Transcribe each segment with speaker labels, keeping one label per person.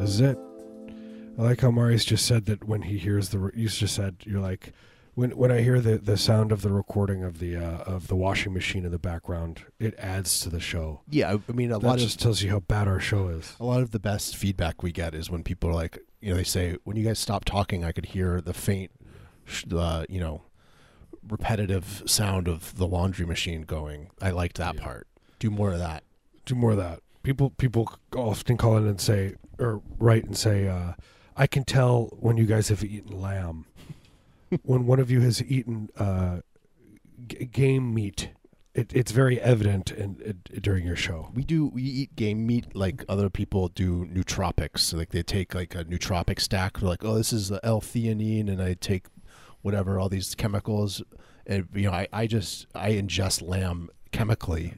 Speaker 1: is it. I like how Marius just said that when he hears the, re- you just said you're like, when when I hear the the sound of the recording of the uh, of the washing machine in the background, it adds to the show.
Speaker 2: Yeah, I, I mean a
Speaker 1: That
Speaker 2: lot
Speaker 1: just
Speaker 2: of
Speaker 1: tells you how bad our show is.
Speaker 2: a lot of the best feedback we get is when people are like, you know, they say when you guys stopped talking, I could hear the faint, sh- uh, you know, repetitive sound of the laundry machine going. I liked that part. Do more of that.
Speaker 1: do more of that. People people often call in and say or write and say, uh, I can tell when you guys have eaten lamb, when one of you has eaten uh, g- game meat. It, it's very evident in, in- during your show.
Speaker 2: We do. We eat game meat like other people do nootropics. So like they take like a nootropic stack. They're like, oh, this is the L-theanine, and I take whatever all these chemicals. And you know, I, I just I ingest lamb chemically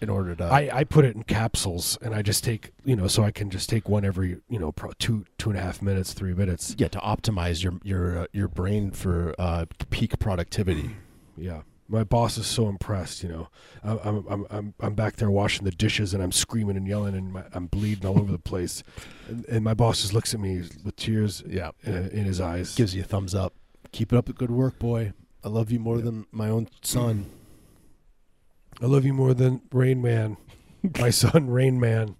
Speaker 2: in order to.
Speaker 1: I, I put it in capsules and I just take you know so I can just take one every you know pro two two and a half minutes three minutes
Speaker 2: yeah to optimize your your uh, your brain for uh, peak productivity.
Speaker 1: Yeah, my boss is so impressed. You know, I'm I'm I'm I'm, I'm back there washing the dishes and I'm screaming and yelling and my, I'm bleeding all over the place, and, and my boss just looks at me with tears
Speaker 2: Yeah,
Speaker 1: in, in his eyes.
Speaker 2: gives you a thumbs up. Keep it up, the good work, boy. I love you more than my own son.
Speaker 1: I love you more than Rain Man, my son Rain Man.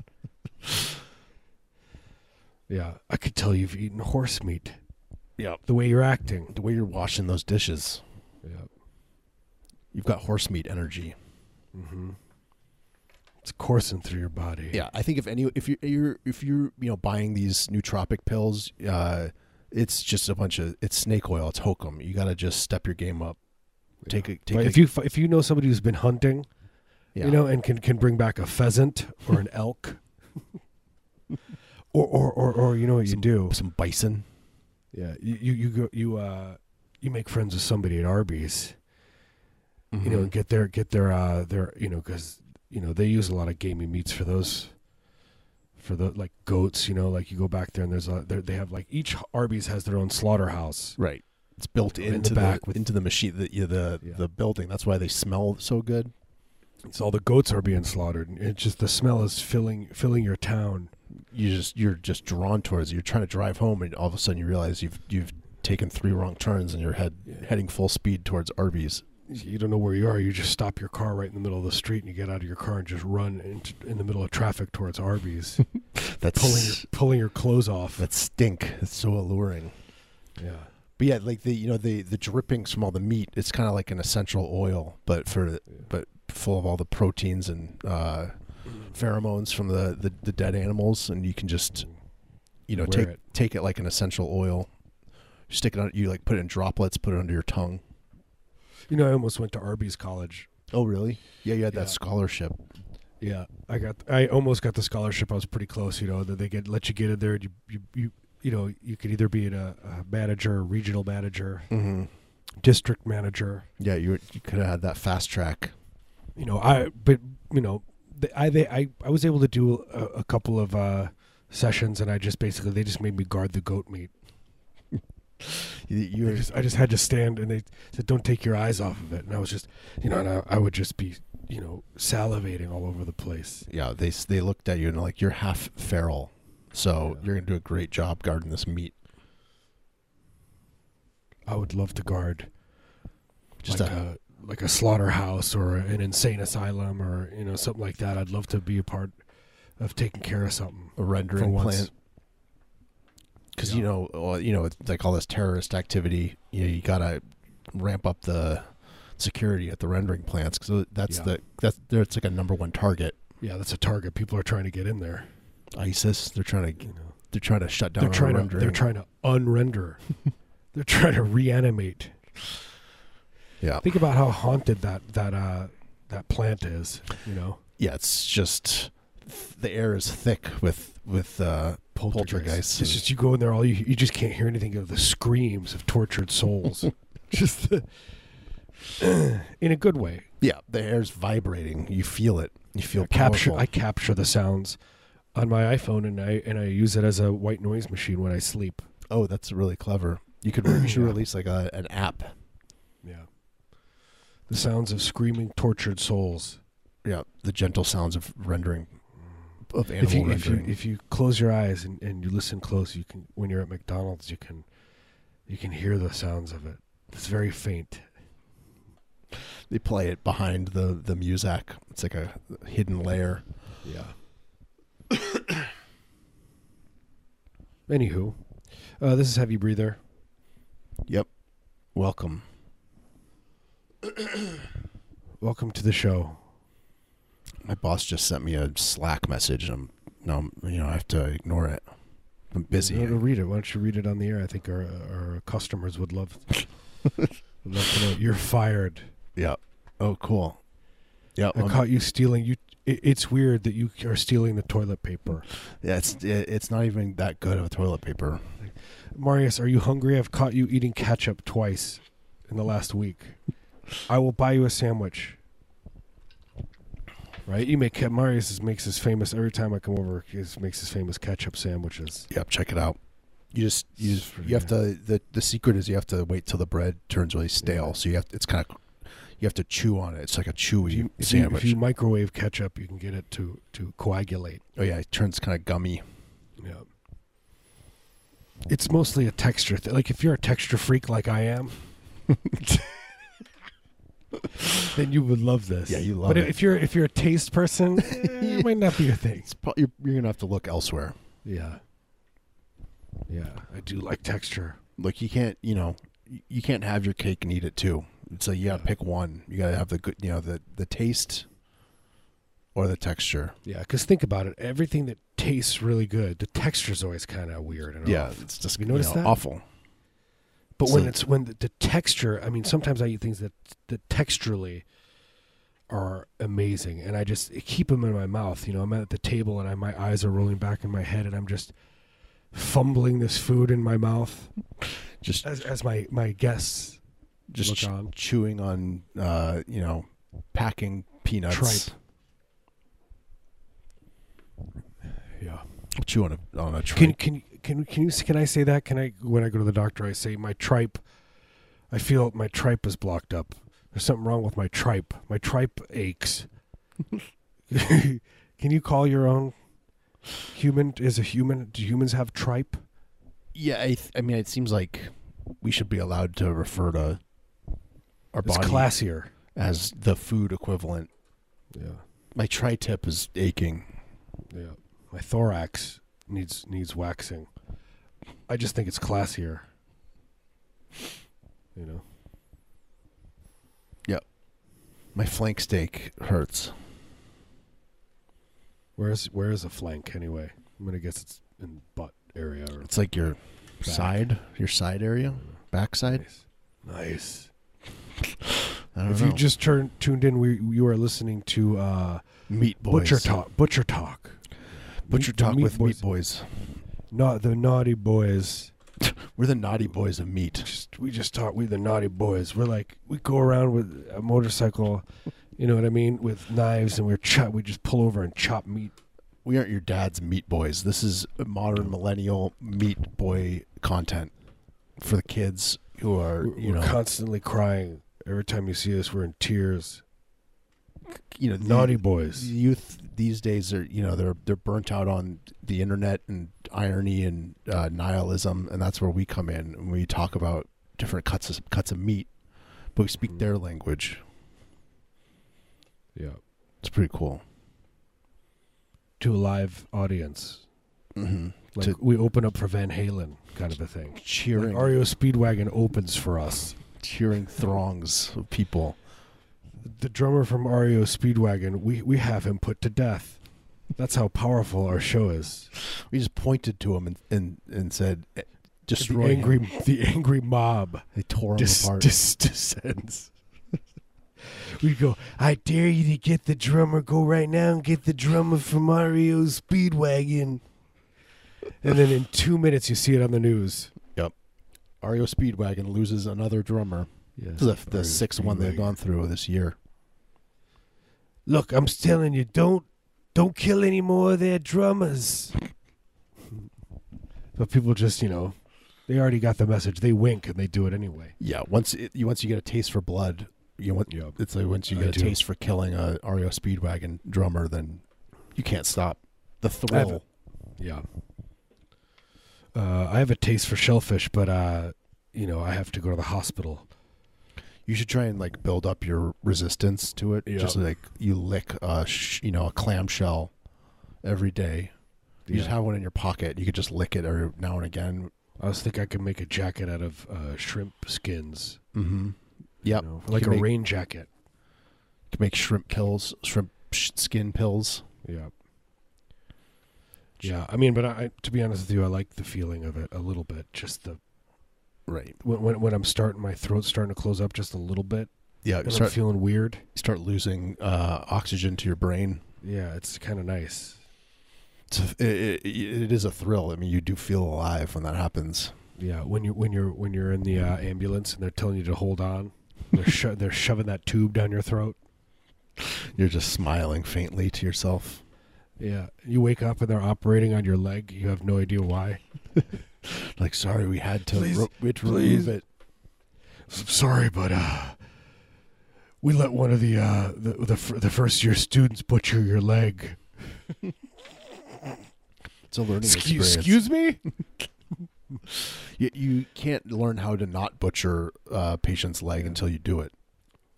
Speaker 1: Yeah, I could tell you've eaten horse meat.
Speaker 2: Yeah.
Speaker 1: the way you're acting.
Speaker 2: The way you're washing those dishes,
Speaker 1: Yeah,
Speaker 2: you've got horse meat energy.
Speaker 1: it's coursing through your body.
Speaker 2: Yeah, I think if any if you you're if you're you know buying these nootropic pills, uh, it's just a bunch of it's snake oil, it's hokum. You got to just step your game up. Take a take
Speaker 1: But
Speaker 2: a,
Speaker 1: if you if you know somebody who's been hunting,
Speaker 2: yeah.
Speaker 1: you know, and can, can bring back a pheasant or an elk. or, or, or, or you know what you do?
Speaker 2: some bison.
Speaker 1: Yeah, you, you, you go you uh you make friends with somebody at Arby's, you
Speaker 2: Mm-hmm.
Speaker 1: know, and get their get their uh their you know because you know they use a lot of gamey meats for those. For the like goats, you know, like you go back there and there's a there- they have like each Arby's has their own slaughterhouse.
Speaker 2: right. It's built
Speaker 1: In the
Speaker 2: into the,
Speaker 1: back with-
Speaker 2: into the machine the yeah, the,
Speaker 1: Yeah.
Speaker 2: the building. That's why they smell so good.
Speaker 1: So all the goats are being slaughtered, and it's just the smell is filling filling your town.
Speaker 2: You just you're just drawn towards. it. You're trying to drive home, and all of a sudden you realize you've you've taken three wrong turns, and you're head heading full speed towards Arby's.
Speaker 1: you don't know where you are. You just stop your car right in the middle of the street, and you get out of your car and just run into, in the middle of traffic towards Arby's,
Speaker 2: That's
Speaker 1: pulling your pulling your clothes off.
Speaker 2: that stink. It's so alluring.
Speaker 1: Yeah,
Speaker 2: But yeah, like the you know the the drippings from all the meat, it's kind of like an essential oil, but for but full of all the proteins and uh,
Speaker 1: Mm-hmm.
Speaker 2: pheromones from the, the the dead animals, and you can just you know
Speaker 1: Wear
Speaker 2: take
Speaker 1: it.
Speaker 2: take it like an essential oil. You stick it on. You like put it in droplets. Put it under your tongue.
Speaker 1: you know, I almost went to Arby's college.
Speaker 2: Oh really? Yeah, you had
Speaker 1: Yeah.
Speaker 2: that scholarship.
Speaker 1: Yeah, I got I almost got the scholarship. I was pretty close. You know that they get let you get in there. and You you you, you know you could either be a, a manager, regional manager,
Speaker 2: Mm-hmm.
Speaker 1: district manager.
Speaker 2: Yeah, you you could have had that fast track.
Speaker 1: you know i but you know th- i they i, I was able to do a, a couple of uh sessions and i just basically they just made me guard the goat meat
Speaker 2: You, you
Speaker 1: I
Speaker 2: were,
Speaker 1: just, I just had to stand and they said don't take your eyes off of it and i was just you know and i, I would just be you know salivating all over the place
Speaker 2: yeah, they s- they looked at you and they're like you're half feral, so
Speaker 1: Yeah.
Speaker 2: you're gonna do a great job guarding this meat.
Speaker 1: i would love to guard
Speaker 2: Just
Speaker 1: like
Speaker 2: a-
Speaker 1: a, like a slaughterhouse or an insane asylum or you know something like that i'd love to be a part of taking care of something
Speaker 2: a
Speaker 1: For
Speaker 2: rendering
Speaker 1: once.
Speaker 2: plant. Because you know, well, you know, it's like all this terrorist activity, you know, you gotta ramp up the security at the rendering plants because that's
Speaker 1: Yeah.
Speaker 2: the that's that's like a number one target.
Speaker 1: yeah that's a target people are trying to get in there
Speaker 2: ISIS, they're trying to
Speaker 1: you know
Speaker 2: they're trying to shut down.
Speaker 1: They're
Speaker 2: our
Speaker 1: trying to
Speaker 2: rendering.
Speaker 1: they're trying to unrender. they're trying to reanimate.
Speaker 2: Yeah,
Speaker 1: Think about how haunted that that uh that plant is, you know.
Speaker 2: yeah. It's just the air is thick with with uh, poltergeists.
Speaker 1: It's just you go in there all you you just can't hear anything of the screams of tortured souls. just the, in a good way.
Speaker 2: yeah, the air's vibrating. You feel it. You feel
Speaker 1: I capture
Speaker 2: powerful.
Speaker 1: I capture the sounds on my iPhone and I and I use it as a white noise machine when I sleep.
Speaker 2: oh, that's really clever. You could you should
Speaker 1: Yeah.
Speaker 2: release like a, an app
Speaker 1: Yeah. The sounds of screaming tortured souls.
Speaker 2: yeah, the gentle sounds of rendering of animal
Speaker 1: if you, if you
Speaker 2: rendering.
Speaker 1: if you close your eyes and, and you listen close, you can when you're at McDonald's, you can you can hear the sounds of it. It's very faint.
Speaker 2: they play it behind the the muzak. It's like a hidden layer.
Speaker 1: Yeah. Anywho, uh, this is heavy breather.
Speaker 2: Welcome.
Speaker 1: Welcome to the show.
Speaker 2: My boss just sent me a Slack message. I'm no, you know, I have to ignore it. I'm busy.
Speaker 1: No, no, Uh, read it. Why don't you read it on the air? I think our our customers would love, would love to know. You're fired.
Speaker 2: Yeah. Oh, cool. Yeah.
Speaker 1: I
Speaker 2: um,
Speaker 1: caught you stealing. You. It, it's weird that you are stealing the toilet paper.
Speaker 2: yeah. It's it, it's not even that good of a toilet paper.
Speaker 1: Marius, are you hungry? I've caught you eating ketchup twice in the last week. I will buy you a sandwich. Right? You make Marius is- makes his famous every time I come over. He is- makes his famous ketchup sandwiches.
Speaker 2: Yep. Check it out. You just you
Speaker 1: It's
Speaker 2: just,
Speaker 1: pretty
Speaker 2: you have to the the secret is you have to wait till the bread turns really stale. So you have it's kind of you have to chew on it. It's like a chewy
Speaker 1: If you, if you,
Speaker 2: sandwich.
Speaker 1: if you microwave ketchup, you can get it to to coagulate.
Speaker 2: oh yeah, it turns kind of gummy.
Speaker 1: Yeah. It's mostly a texture thing. Like if you're a texture freak like I am, then you would love this.
Speaker 2: Yeah, you love
Speaker 1: but
Speaker 2: it.
Speaker 1: if you're if you're a taste person, eh, it might not be your thing.
Speaker 2: It's probably you're, you're gonna have to look elsewhere.
Speaker 1: Yeah. Yeah, I do like texture.
Speaker 2: Like you can't you know you- you can't have your cake and eat it too. It's like you gotta
Speaker 1: Yeah.
Speaker 2: pick one. You gotta have the good you know the the taste or the texture.
Speaker 1: Yeah, because think about it. Everything that tastes really good, the texture's always kind of weird. And
Speaker 2: Yeah,
Speaker 1: off.
Speaker 2: it's just
Speaker 1: You notice
Speaker 2: know,
Speaker 1: that?
Speaker 2: awful.
Speaker 1: But when
Speaker 2: So-
Speaker 1: it's when the, the texture, I mean, sometimes I eat things that that texturally are amazing, and I just keep them in my mouth. You know, I'm at the table and I, my eyes are rolling back in my head, and I'm just fumbling this food in my mouth
Speaker 2: Just
Speaker 1: as, as my my guests
Speaker 2: just
Speaker 1: Uh, look
Speaker 2: ch-
Speaker 1: on.
Speaker 2: chewing on uh you know packing peanuts.
Speaker 1: Tripe. Yeah.
Speaker 2: Chew on a on a tripe.
Speaker 1: Can can can can you can I say that? Can I when I go to the doctor? I say my tripe. I feel my tripe is blocked up. There's something wrong with my tripe. My tripe aches. can you call your own human? Is a human? Do humans have tripe?
Speaker 2: Yeah, I, th- I mean, it seems like we should be allowed to refer to our
Speaker 1: It's
Speaker 2: body
Speaker 1: classier.
Speaker 2: as the food equivalent.
Speaker 1: Yeah,
Speaker 2: My tri-tip is aching.
Speaker 1: yeah. My thorax needs needs waxing. I just think it's classier. You know.
Speaker 2: My flank steak hurts.
Speaker 1: Where is where is a flank anyway? I'm gonna guess it's in butt area or
Speaker 2: It's like your
Speaker 1: Back.
Speaker 2: side, your side area, backside.
Speaker 1: nice. Nice.
Speaker 2: I don't
Speaker 1: If
Speaker 2: know.
Speaker 1: you just turn tuned in, we you are listening to uh,
Speaker 2: meat boys,
Speaker 1: Butcher Talk. Butcher Talk.
Speaker 2: butcher
Speaker 1: Meat- the
Speaker 2: talk
Speaker 1: Meat
Speaker 2: with
Speaker 1: Boys.
Speaker 2: meat boys.
Speaker 1: Not the naughty boys.
Speaker 2: We're the naughty boys of meat.
Speaker 1: Just we just talk. We the naughty boys. We're like we go around with a motorcycle. You know what I mean? With knives, and we're chop. We just pull over and chop meat.
Speaker 2: We aren't your dad's meat boys. This is modern millennial meat boy content for the kids who are
Speaker 1: We're,
Speaker 2: you
Speaker 1: we're
Speaker 2: know
Speaker 1: constantly crying. Every time you see us, we're in tears.
Speaker 2: you know
Speaker 1: Naughty boys.
Speaker 2: youth these days are you know they're they're burnt out on the internet and irony and uh, nihilism and that's where we come in and we talk about different cuts of cuts of meat but we
Speaker 1: Mm-hmm.
Speaker 2: speak their language
Speaker 1: Yeah.
Speaker 2: it's pretty cool
Speaker 1: To a live audience,
Speaker 2: mm-hmm.
Speaker 1: like
Speaker 2: To-
Speaker 1: we open up for Van Halen, kind of a thing.
Speaker 2: cheering
Speaker 1: Like REO Speedwagon opens for us.
Speaker 2: cheering throngs of people
Speaker 1: The drummer from REO Speedwagon, we, we have him put to death. That's how powerful our show is.
Speaker 2: we just pointed to him and and, and said eh,
Speaker 1: The
Speaker 2: destroy him."
Speaker 1: angry, the angry mob
Speaker 2: they tore him
Speaker 1: dis,
Speaker 2: apart
Speaker 1: dis, descends. we go, I dare you to get the drummer. Go right now and get the drummer from REO Speedwagon. And then in two minutes, you see it on the news.
Speaker 2: REO Speedwagon loses another drummer
Speaker 1: Yeah.
Speaker 2: this is the, the sixth one they've gone through this year
Speaker 1: Look, I'm telling you, don't don't kill any more of their drummers. but people just, you know, they already got the message. They wink and they do it anyway.
Speaker 2: yeah once it, you once you get a taste for blood you want
Speaker 1: Yep.
Speaker 2: It's like once you
Speaker 1: I
Speaker 2: get a
Speaker 1: do.
Speaker 2: taste for killing a REO Speedwagon drummer, then you can't stop. the
Speaker 1: I have
Speaker 2: thrill.
Speaker 1: Yeah. Uh, I have a taste for shellfish, but uh, you know, I have to go to the hospital.
Speaker 2: You should try and like build up your resistance to it.
Speaker 1: Yeah.
Speaker 2: Just like you lick a sh- you know a clamshell every day. You just
Speaker 1: Yeah.
Speaker 2: have one in your pocket. You could just lick it every now and again.
Speaker 1: I was thinking I could make a jacket out of uh, shrimp skins,
Speaker 2: Mm-hmm. Yep.
Speaker 1: you know,
Speaker 2: You
Speaker 1: like a
Speaker 2: make-
Speaker 1: rain jacket.
Speaker 2: Could make shrimp pills, shrimp sh- skin pills.
Speaker 1: Yeah. Yeah, I mean, but I, I, to be honest with you, I like the feeling of it a little bit. Just the
Speaker 2: Right.
Speaker 1: when when, when I'm starting, my throat's starting to close up just a little bit,
Speaker 2: Yeah. You
Speaker 1: and I'm
Speaker 2: start
Speaker 1: feeling weird.
Speaker 2: start losing uh, oxygen to your brain.
Speaker 1: Yeah, it's kind of nice.
Speaker 2: It's a, it, it, it is a thrill. I mean, you do feel alive when that happens.
Speaker 1: Yeah, when you when you're when you're in the uh, ambulance and they're telling you to hold on, they're sho- they're shoving that tube down your throat.
Speaker 2: You're just smiling faintly to yourself.
Speaker 1: Yeah, you wake up and they're operating on your leg. You have no idea why.
Speaker 2: Like, sorry, we had to,
Speaker 1: Please,
Speaker 2: ro- we had to
Speaker 1: please.
Speaker 2: remove it.
Speaker 1: S- Sorry, but uh, we let one of the uh, the the, fir- the first year students butcher your leg.
Speaker 2: It's a learning
Speaker 1: Excuse,
Speaker 2: experience.
Speaker 1: excuse me.
Speaker 2: You, you can't learn how to not butcher uh, patient's leg until you do it.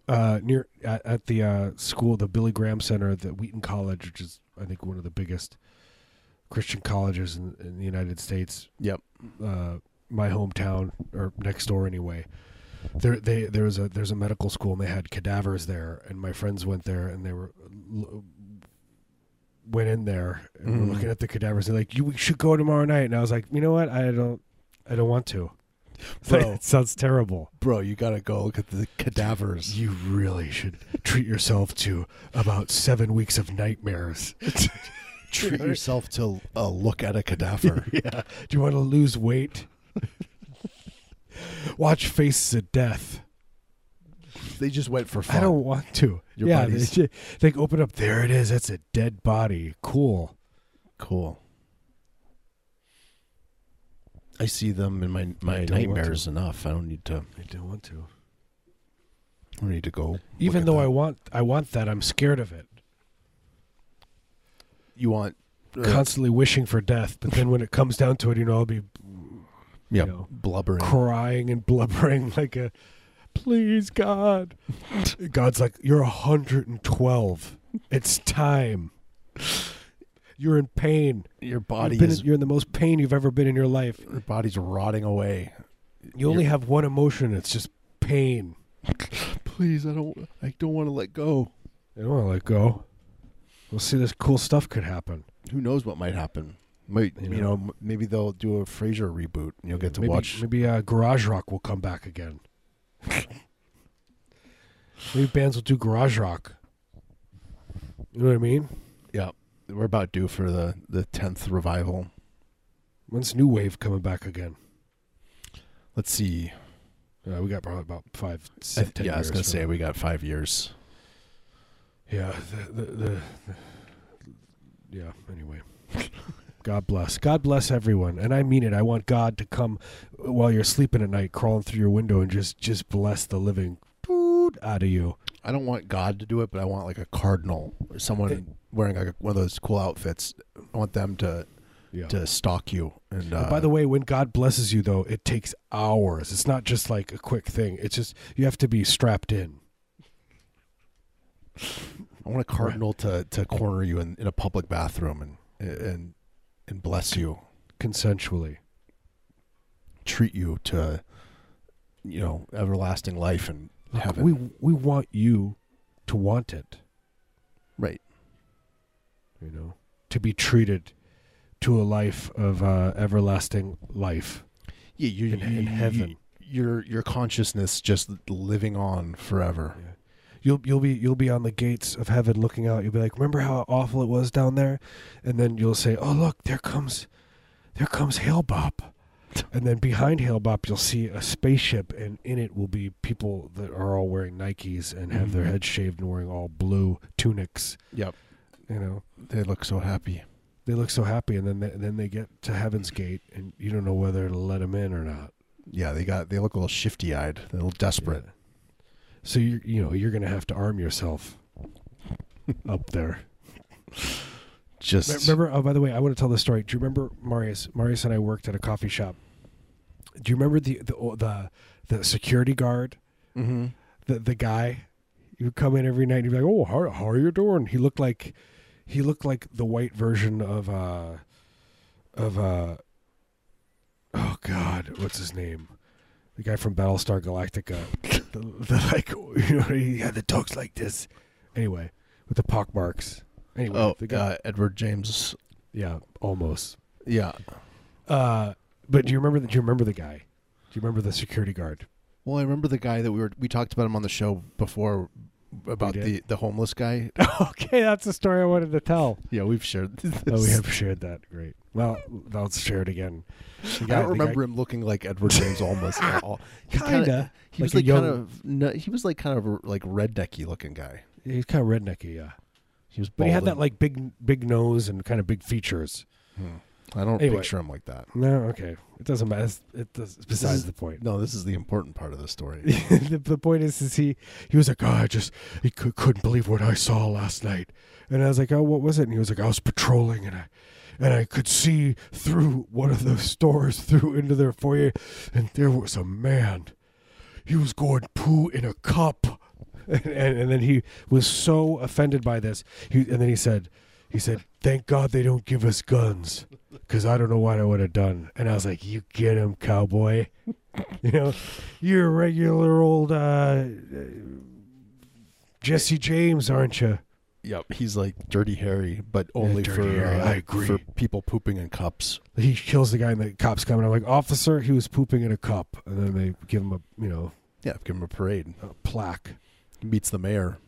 Speaker 1: Uh, near at, at the uh, school, the Billy Graham Center, the Wheaton College, which is I think one of the biggest Christian colleges in, in the United States.
Speaker 2: Yep.
Speaker 1: uh, my hometown or next door anyway. There, they there was a there's a medical school and they had cadavers there, and my friends went there and they were l- went in there and
Speaker 2: Mhm.
Speaker 1: were looking at the cadavers. They're like, "You we should go tomorrow night," and I was like, "You know what? I don't, I don't want to." It's like,
Speaker 2: Bro.
Speaker 1: it sounds terrible.
Speaker 2: Bro, you got to go look at the cadavers.
Speaker 1: You really should treat yourself to about seven weeks of nightmares.
Speaker 2: Treat yourself to a look at a cadaver.
Speaker 1: yeah. Do you want to lose weight? Watch Faces of Death.
Speaker 2: they just went for fun.
Speaker 1: I don't want to.
Speaker 2: Your
Speaker 1: yeah,
Speaker 2: buddies.
Speaker 1: they, they open up. There it is. That's a dead body. Cool.
Speaker 2: Cool. I see them in my, my
Speaker 1: don't want
Speaker 2: nightmares enough. I don't need to.
Speaker 1: I don't want to.
Speaker 2: I don't need to go.
Speaker 1: Even though I want, I want that. I'm scared of it.
Speaker 2: you want uh,
Speaker 1: Constantly wishing for death, but then when it comes down to it, you know, I'll be
Speaker 2: yeah,
Speaker 1: know,
Speaker 2: blubbering.
Speaker 1: crying and blubbering like a, please God. God's like, you're 112. It's time. You're in pain.
Speaker 2: your
Speaker 1: You've
Speaker 2: body
Speaker 1: been in-
Speaker 2: is
Speaker 1: you're in the most pain you've ever been in your life.
Speaker 2: your body's rotting away.
Speaker 1: You only have one emotion. It's just pain.
Speaker 2: Please, I don't. I don't want to let go.
Speaker 1: They don't want to let go. We'll see this cool stuff could happen.
Speaker 2: Who knows what might happen? Might
Speaker 1: You
Speaker 2: you,
Speaker 1: know.
Speaker 2: know? m Maybe they'll do a Frasier reboot. and You'll get to
Speaker 1: maybe,
Speaker 2: watch.
Speaker 1: Maybe uh, garage rock will come back again. maybe bands will do garage rock. You know what I mean?
Speaker 2: Yeah, we're about due for the the tenth revival.
Speaker 1: When's new wave coming back again?
Speaker 2: Let's see.
Speaker 1: Uh, we got probably about five,
Speaker 2: I-
Speaker 1: six, ten
Speaker 2: yeah, I was
Speaker 1: years
Speaker 2: gonna
Speaker 1: from
Speaker 2: say
Speaker 1: now.
Speaker 2: we got five years.
Speaker 1: Yeah, the, the, the, yeah. Anyway, God bless. God bless everyone, and I mean it. I want God to come while you're sleeping at night, crawling through your window, and just just bless the living dude out of you.
Speaker 2: I don't want God to do it, but I want like a cardinal or someone
Speaker 1: They-
Speaker 2: wearing like a, one of those cool outfits. I want them to
Speaker 1: Yeah.
Speaker 2: to stalk you. And uh,
Speaker 1: By the way, when God blesses you, though, it takes hours. It's not just like a quick thing. It's just you have to be strapped in.
Speaker 2: I want a cardinal to, to corner you in, in a public bathroom and and and bless you,
Speaker 1: consensually.
Speaker 2: treat you to you know everlasting life and
Speaker 1: Look,
Speaker 2: heaven.
Speaker 1: we we want you to want it,
Speaker 2: right.
Speaker 1: you know, to be treated to a life of uh, everlasting life.
Speaker 2: Yeah, you
Speaker 1: In- in heaven.
Speaker 2: your your consciousness just living on forever.
Speaker 1: You'll you'll be you'll be on the gates of heaven looking out. You'll be like, "Remember how awful it was down there?" And then you'll say, "Oh, look, there comes there comes Hail Bop." And then behind Hail Bop, you'll see a spaceship, and in it will be people that are all wearing Nikes and have their
Speaker 2: Mhm.
Speaker 1: heads shaved and wearing all blue tunics.
Speaker 2: Yep.
Speaker 1: You know,
Speaker 2: They look so happy.
Speaker 1: they look so happy, and then they, then they get to Heaven's Gate, and you don't know whether to let them in or not.
Speaker 2: Yeah, they got they look a little shifty eyed, a little desperate.
Speaker 1: Yeah. So you you know you're gonna have to arm yourself up there.
Speaker 2: Just
Speaker 1: Remember, oh, by the way, I want to tell this story. Do you remember Marius? Marius and I worked at a coffee shop. Do you remember the the the, the security guard,
Speaker 2: hmm
Speaker 1: the the guy? You would come in every night and he'd be like, "Oh, how, how are you doing?" He looked like he looked like the white version of uh of uh oh god, what's his name? The guy from Battlestar Galactica. the, the, like you know, he had the dogs like this. Anyway, with the pock marks. Anyway,
Speaker 2: oh,
Speaker 1: the guy,
Speaker 2: uh, Edward James.
Speaker 1: yeah, almost.
Speaker 2: Yeah.
Speaker 1: Uh, but do you remember? The, do you remember the guy? Do you remember the security guard?
Speaker 2: Well, I remember the guy that we were we talked about him on the show before about
Speaker 1: did?
Speaker 2: the the homeless guy.
Speaker 1: okay, that's the story I wanted to tell.
Speaker 2: Yeah, we've shared. This.
Speaker 1: Oh, we have shared that. Great. Well, I'll share it again. The
Speaker 2: I
Speaker 1: guy-
Speaker 2: don't
Speaker 1: the guy-
Speaker 2: remember him looking like Edward James almost at all. He
Speaker 1: Kinda,
Speaker 2: He was
Speaker 1: like
Speaker 2: like,
Speaker 1: a
Speaker 2: kind
Speaker 1: young-
Speaker 2: of no, he was like kind of like rednecky looking guy.
Speaker 1: he's kind of rednecky, yeah.
Speaker 2: He was
Speaker 1: But
Speaker 2: bald.
Speaker 1: he had that
Speaker 2: and-
Speaker 1: like big, big nose and kind of big features.
Speaker 2: I don't
Speaker 1: Anyway.
Speaker 2: picture him like that.
Speaker 1: No, okay, it doesn't matter. It's- It does, it's besides
Speaker 2: is-
Speaker 1: the point.
Speaker 2: No, this is the important part of the story.
Speaker 1: the, the point is, is he he was like, oh, I just he cou- couldn't believe what I saw last night, and I was like, oh, what was it? And he was like, I was patrolling and I and I could see through one of those doors through into their foyer, and there was a man. He was going poo in a cup, and, and, and then he was so offended by this. He and then he said, he said, thank God they don't give us guns. Cause I don't know what I would have done, and I was like, "You get him, cowboy." You know, you're a regular old uh, Jesse James, aren't you?
Speaker 2: yep, he's like Dirty Harry, but only
Speaker 1: Dirty
Speaker 2: for
Speaker 1: Harry,
Speaker 2: uh,
Speaker 1: I agree.
Speaker 2: for people pooping in cups.
Speaker 1: He kills the guy, and the cops come, and I'm like, "Officer, he was pooping in a cup," and then they give him a, you know,
Speaker 2: Yeah, give him a parade.
Speaker 1: a plaque.
Speaker 2: He meets the mayor.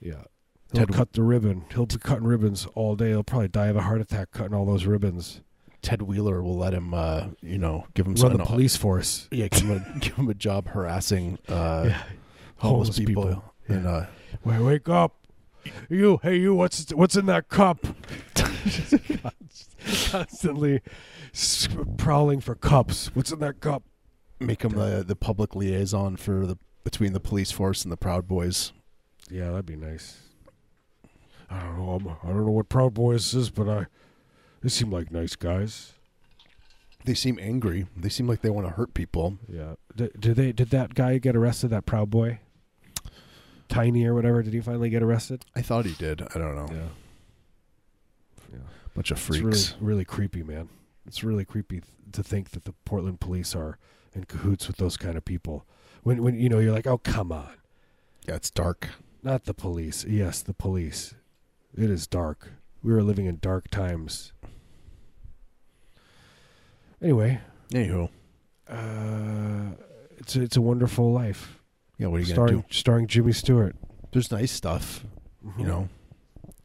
Speaker 1: Yeah, he'll
Speaker 2: Ted-
Speaker 1: cut the ribbon. He'll be cutting ribbons all day. He'll probably die of a heart attack cutting all those ribbons.
Speaker 2: Ted Wheeler will let him, uh, you know, give him
Speaker 1: Run
Speaker 2: some.
Speaker 1: the police force.
Speaker 2: Yeah, give him a, give him a job harassing uh,
Speaker 1: Yeah. Homeless
Speaker 2: homeless, people.
Speaker 1: people.
Speaker 2: And uh,
Speaker 1: Wait, wake up! You, hey, you! What's what's in that cup? Constantly s- prowling for cups. What's in that cup?
Speaker 2: make him the the public liaison for the between the police force and the Proud Boys.
Speaker 1: Yeah, that'd be nice. I don't know. I'm, I don't know what Proud Boys is, but I they seem like nice guys.
Speaker 2: They seem angry. They seem like they want to hurt people.
Speaker 1: Yeah. Did, did they? Did that guy get arrested? That Proud Boy, Tiny or whatever. Did he finally get arrested?
Speaker 2: I thought he did. I don't know.
Speaker 1: Yeah.
Speaker 2: Bunch of
Speaker 1: It's
Speaker 2: freaks.
Speaker 1: really, really creepy, man. It's really creepy th- to think that the Portland police are in cahoots with those kind of people. When when you know you're like, oh come on,
Speaker 2: yeah, it's dark.
Speaker 1: not the police. Yes, the police. It is dark. We are living in dark times. Anyway,
Speaker 2: Anywho,
Speaker 1: uh, it's a, it's a wonderful life.
Speaker 2: yeah, what are you
Speaker 1: starring
Speaker 2: gonna do?
Speaker 1: starring Jimmy Stewart.
Speaker 2: There's nice stuff, you know.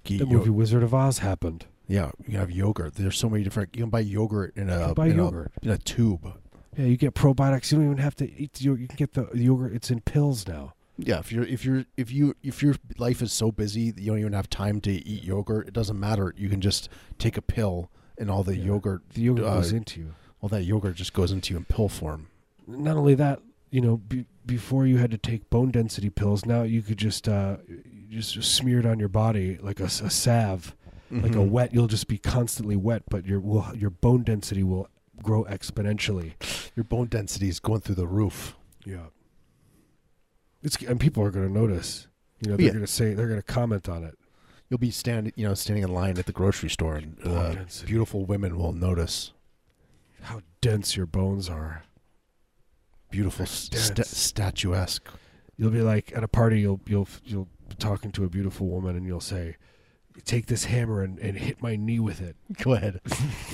Speaker 2: Ge-
Speaker 1: the
Speaker 2: yo-
Speaker 1: movie Wizard of Oz happened.
Speaker 2: yeah, you can have yogurt. There's so many different. You can buy yogurt in a
Speaker 1: can buy
Speaker 2: in a-
Speaker 1: yogurt.
Speaker 2: in a tube.
Speaker 1: Yeah, you get probiotics. You don't even have to eat the yogurt. You can get the yogurt. It's in pills now.
Speaker 2: Yeah, if you're if you're if you if your life is so busy that you don't even have time to eat yogurt, it doesn't matter. You can just take a pill, and all the
Speaker 1: Yeah.
Speaker 2: yogurt,
Speaker 1: The yogurt
Speaker 2: Uh,
Speaker 1: goes into you.
Speaker 2: all that yogurt just goes into you in pill form.
Speaker 1: not only that, you know, be, before you had to take bone density pills, now you could just uh, you just, just smear it on your body like a, s- a salve, like a
Speaker 2: Mhm.
Speaker 1: wet. You'll just be constantly wet, but your will, your bone density will grow exponentially.
Speaker 2: Your bone density is going through the roof.
Speaker 1: Yeah, it's and people are going to notice. You know, they're
Speaker 2: Yeah.
Speaker 1: going to say they're going to comment on it.
Speaker 2: You'll be standing, you know, standing in line at the grocery store, and
Speaker 1: Bone
Speaker 2: uh,
Speaker 1: density.
Speaker 2: beautiful women will notice.
Speaker 1: How dense your bones are.
Speaker 2: Beautiful, st-
Speaker 1: Dense.
Speaker 2: statuesque.
Speaker 1: You'll be like at a party. You'll you'll you'll be talking to a beautiful woman, and you'll say, "Take this hammer and, and hit my knee with it.
Speaker 2: Go ahead.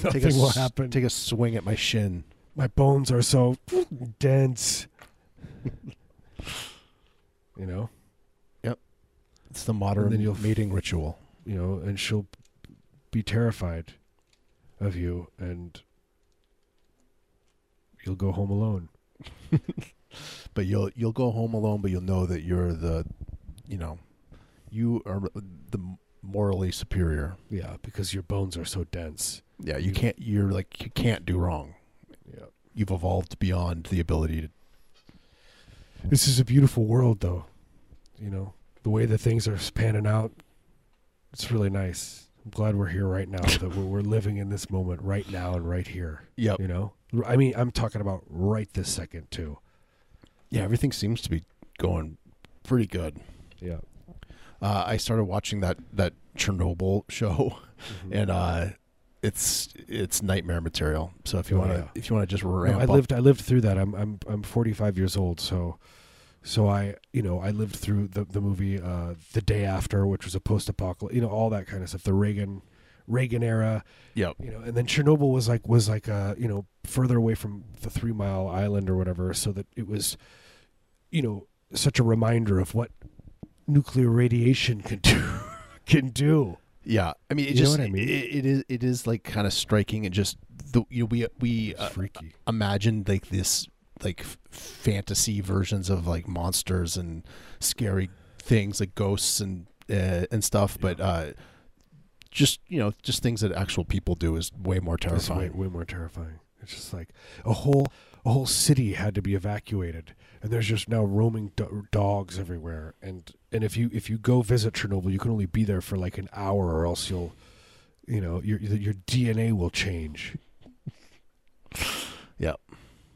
Speaker 1: Nothing
Speaker 2: take a
Speaker 1: will
Speaker 2: s-
Speaker 1: happen."
Speaker 2: Take a swing at my shin.
Speaker 1: My bones are so dense. you know,
Speaker 2: It's the modern
Speaker 1: then you'll-
Speaker 2: mating ritual.
Speaker 1: you know, and she'll be terrified of you, and you'll go home alone.
Speaker 2: but you'll you'll go home alone but you'll know that you're the you know you are the morally superior
Speaker 1: Yeah, because your bones are so dense.
Speaker 2: yeah you can't you're like you can't do wrong
Speaker 1: Yeah.
Speaker 2: you've evolved beyond the ability to
Speaker 1: This is a beautiful world, though. You know, the way that things are panning out, it's really nice. I'm glad we're here right now. that we're, we're living in this moment right now and right here.
Speaker 2: Yep.
Speaker 1: You know, I mean, I'm talking about right this second too.
Speaker 2: Yeah, everything seems to be going pretty good.
Speaker 1: Yeah.
Speaker 2: Uh, I started watching that that Chernobyl show, and uh, it's it's nightmare material. So if you
Speaker 1: Oh,
Speaker 2: want to
Speaker 1: yeah.
Speaker 2: if you want to just
Speaker 1: No,
Speaker 2: ramp
Speaker 1: I
Speaker 2: up,
Speaker 1: lived. I lived through that. I'm. I'm. I'm 45 years old. So, so I. You know, I lived through the the movie uh, the day after, which was a post apocalypse. You know, all that kind of stuff. The Reagan, Reagan era.
Speaker 2: yep,
Speaker 1: You know, and then Chernobyl was like was like uh you know further away from the Three Mile Island or whatever, so that it was, you know, such a reminder of what nuclear radiation can do. Can do.
Speaker 2: yeah. I mean, it
Speaker 1: You know
Speaker 2: just
Speaker 1: what I mean?
Speaker 2: It, it is it is like kind of striking and just the you know, we we
Speaker 1: It's
Speaker 2: uh,
Speaker 1: freaky.
Speaker 2: imagined like this like f- fantasy versions of like monsters and scary things like ghosts and uh, and stuff, but uh, just you know just things that actual people do is way more
Speaker 1: It's way,
Speaker 2: terrifying.
Speaker 1: way more terrifying. It's just like a whole a whole city had to be evacuated, and there's just now roaming do- dogs everywhere. And and if you if you go visit Chernobyl, you can only be there for like an hour, or else you'll, you know, your your DNA will change.
Speaker 2: Yep.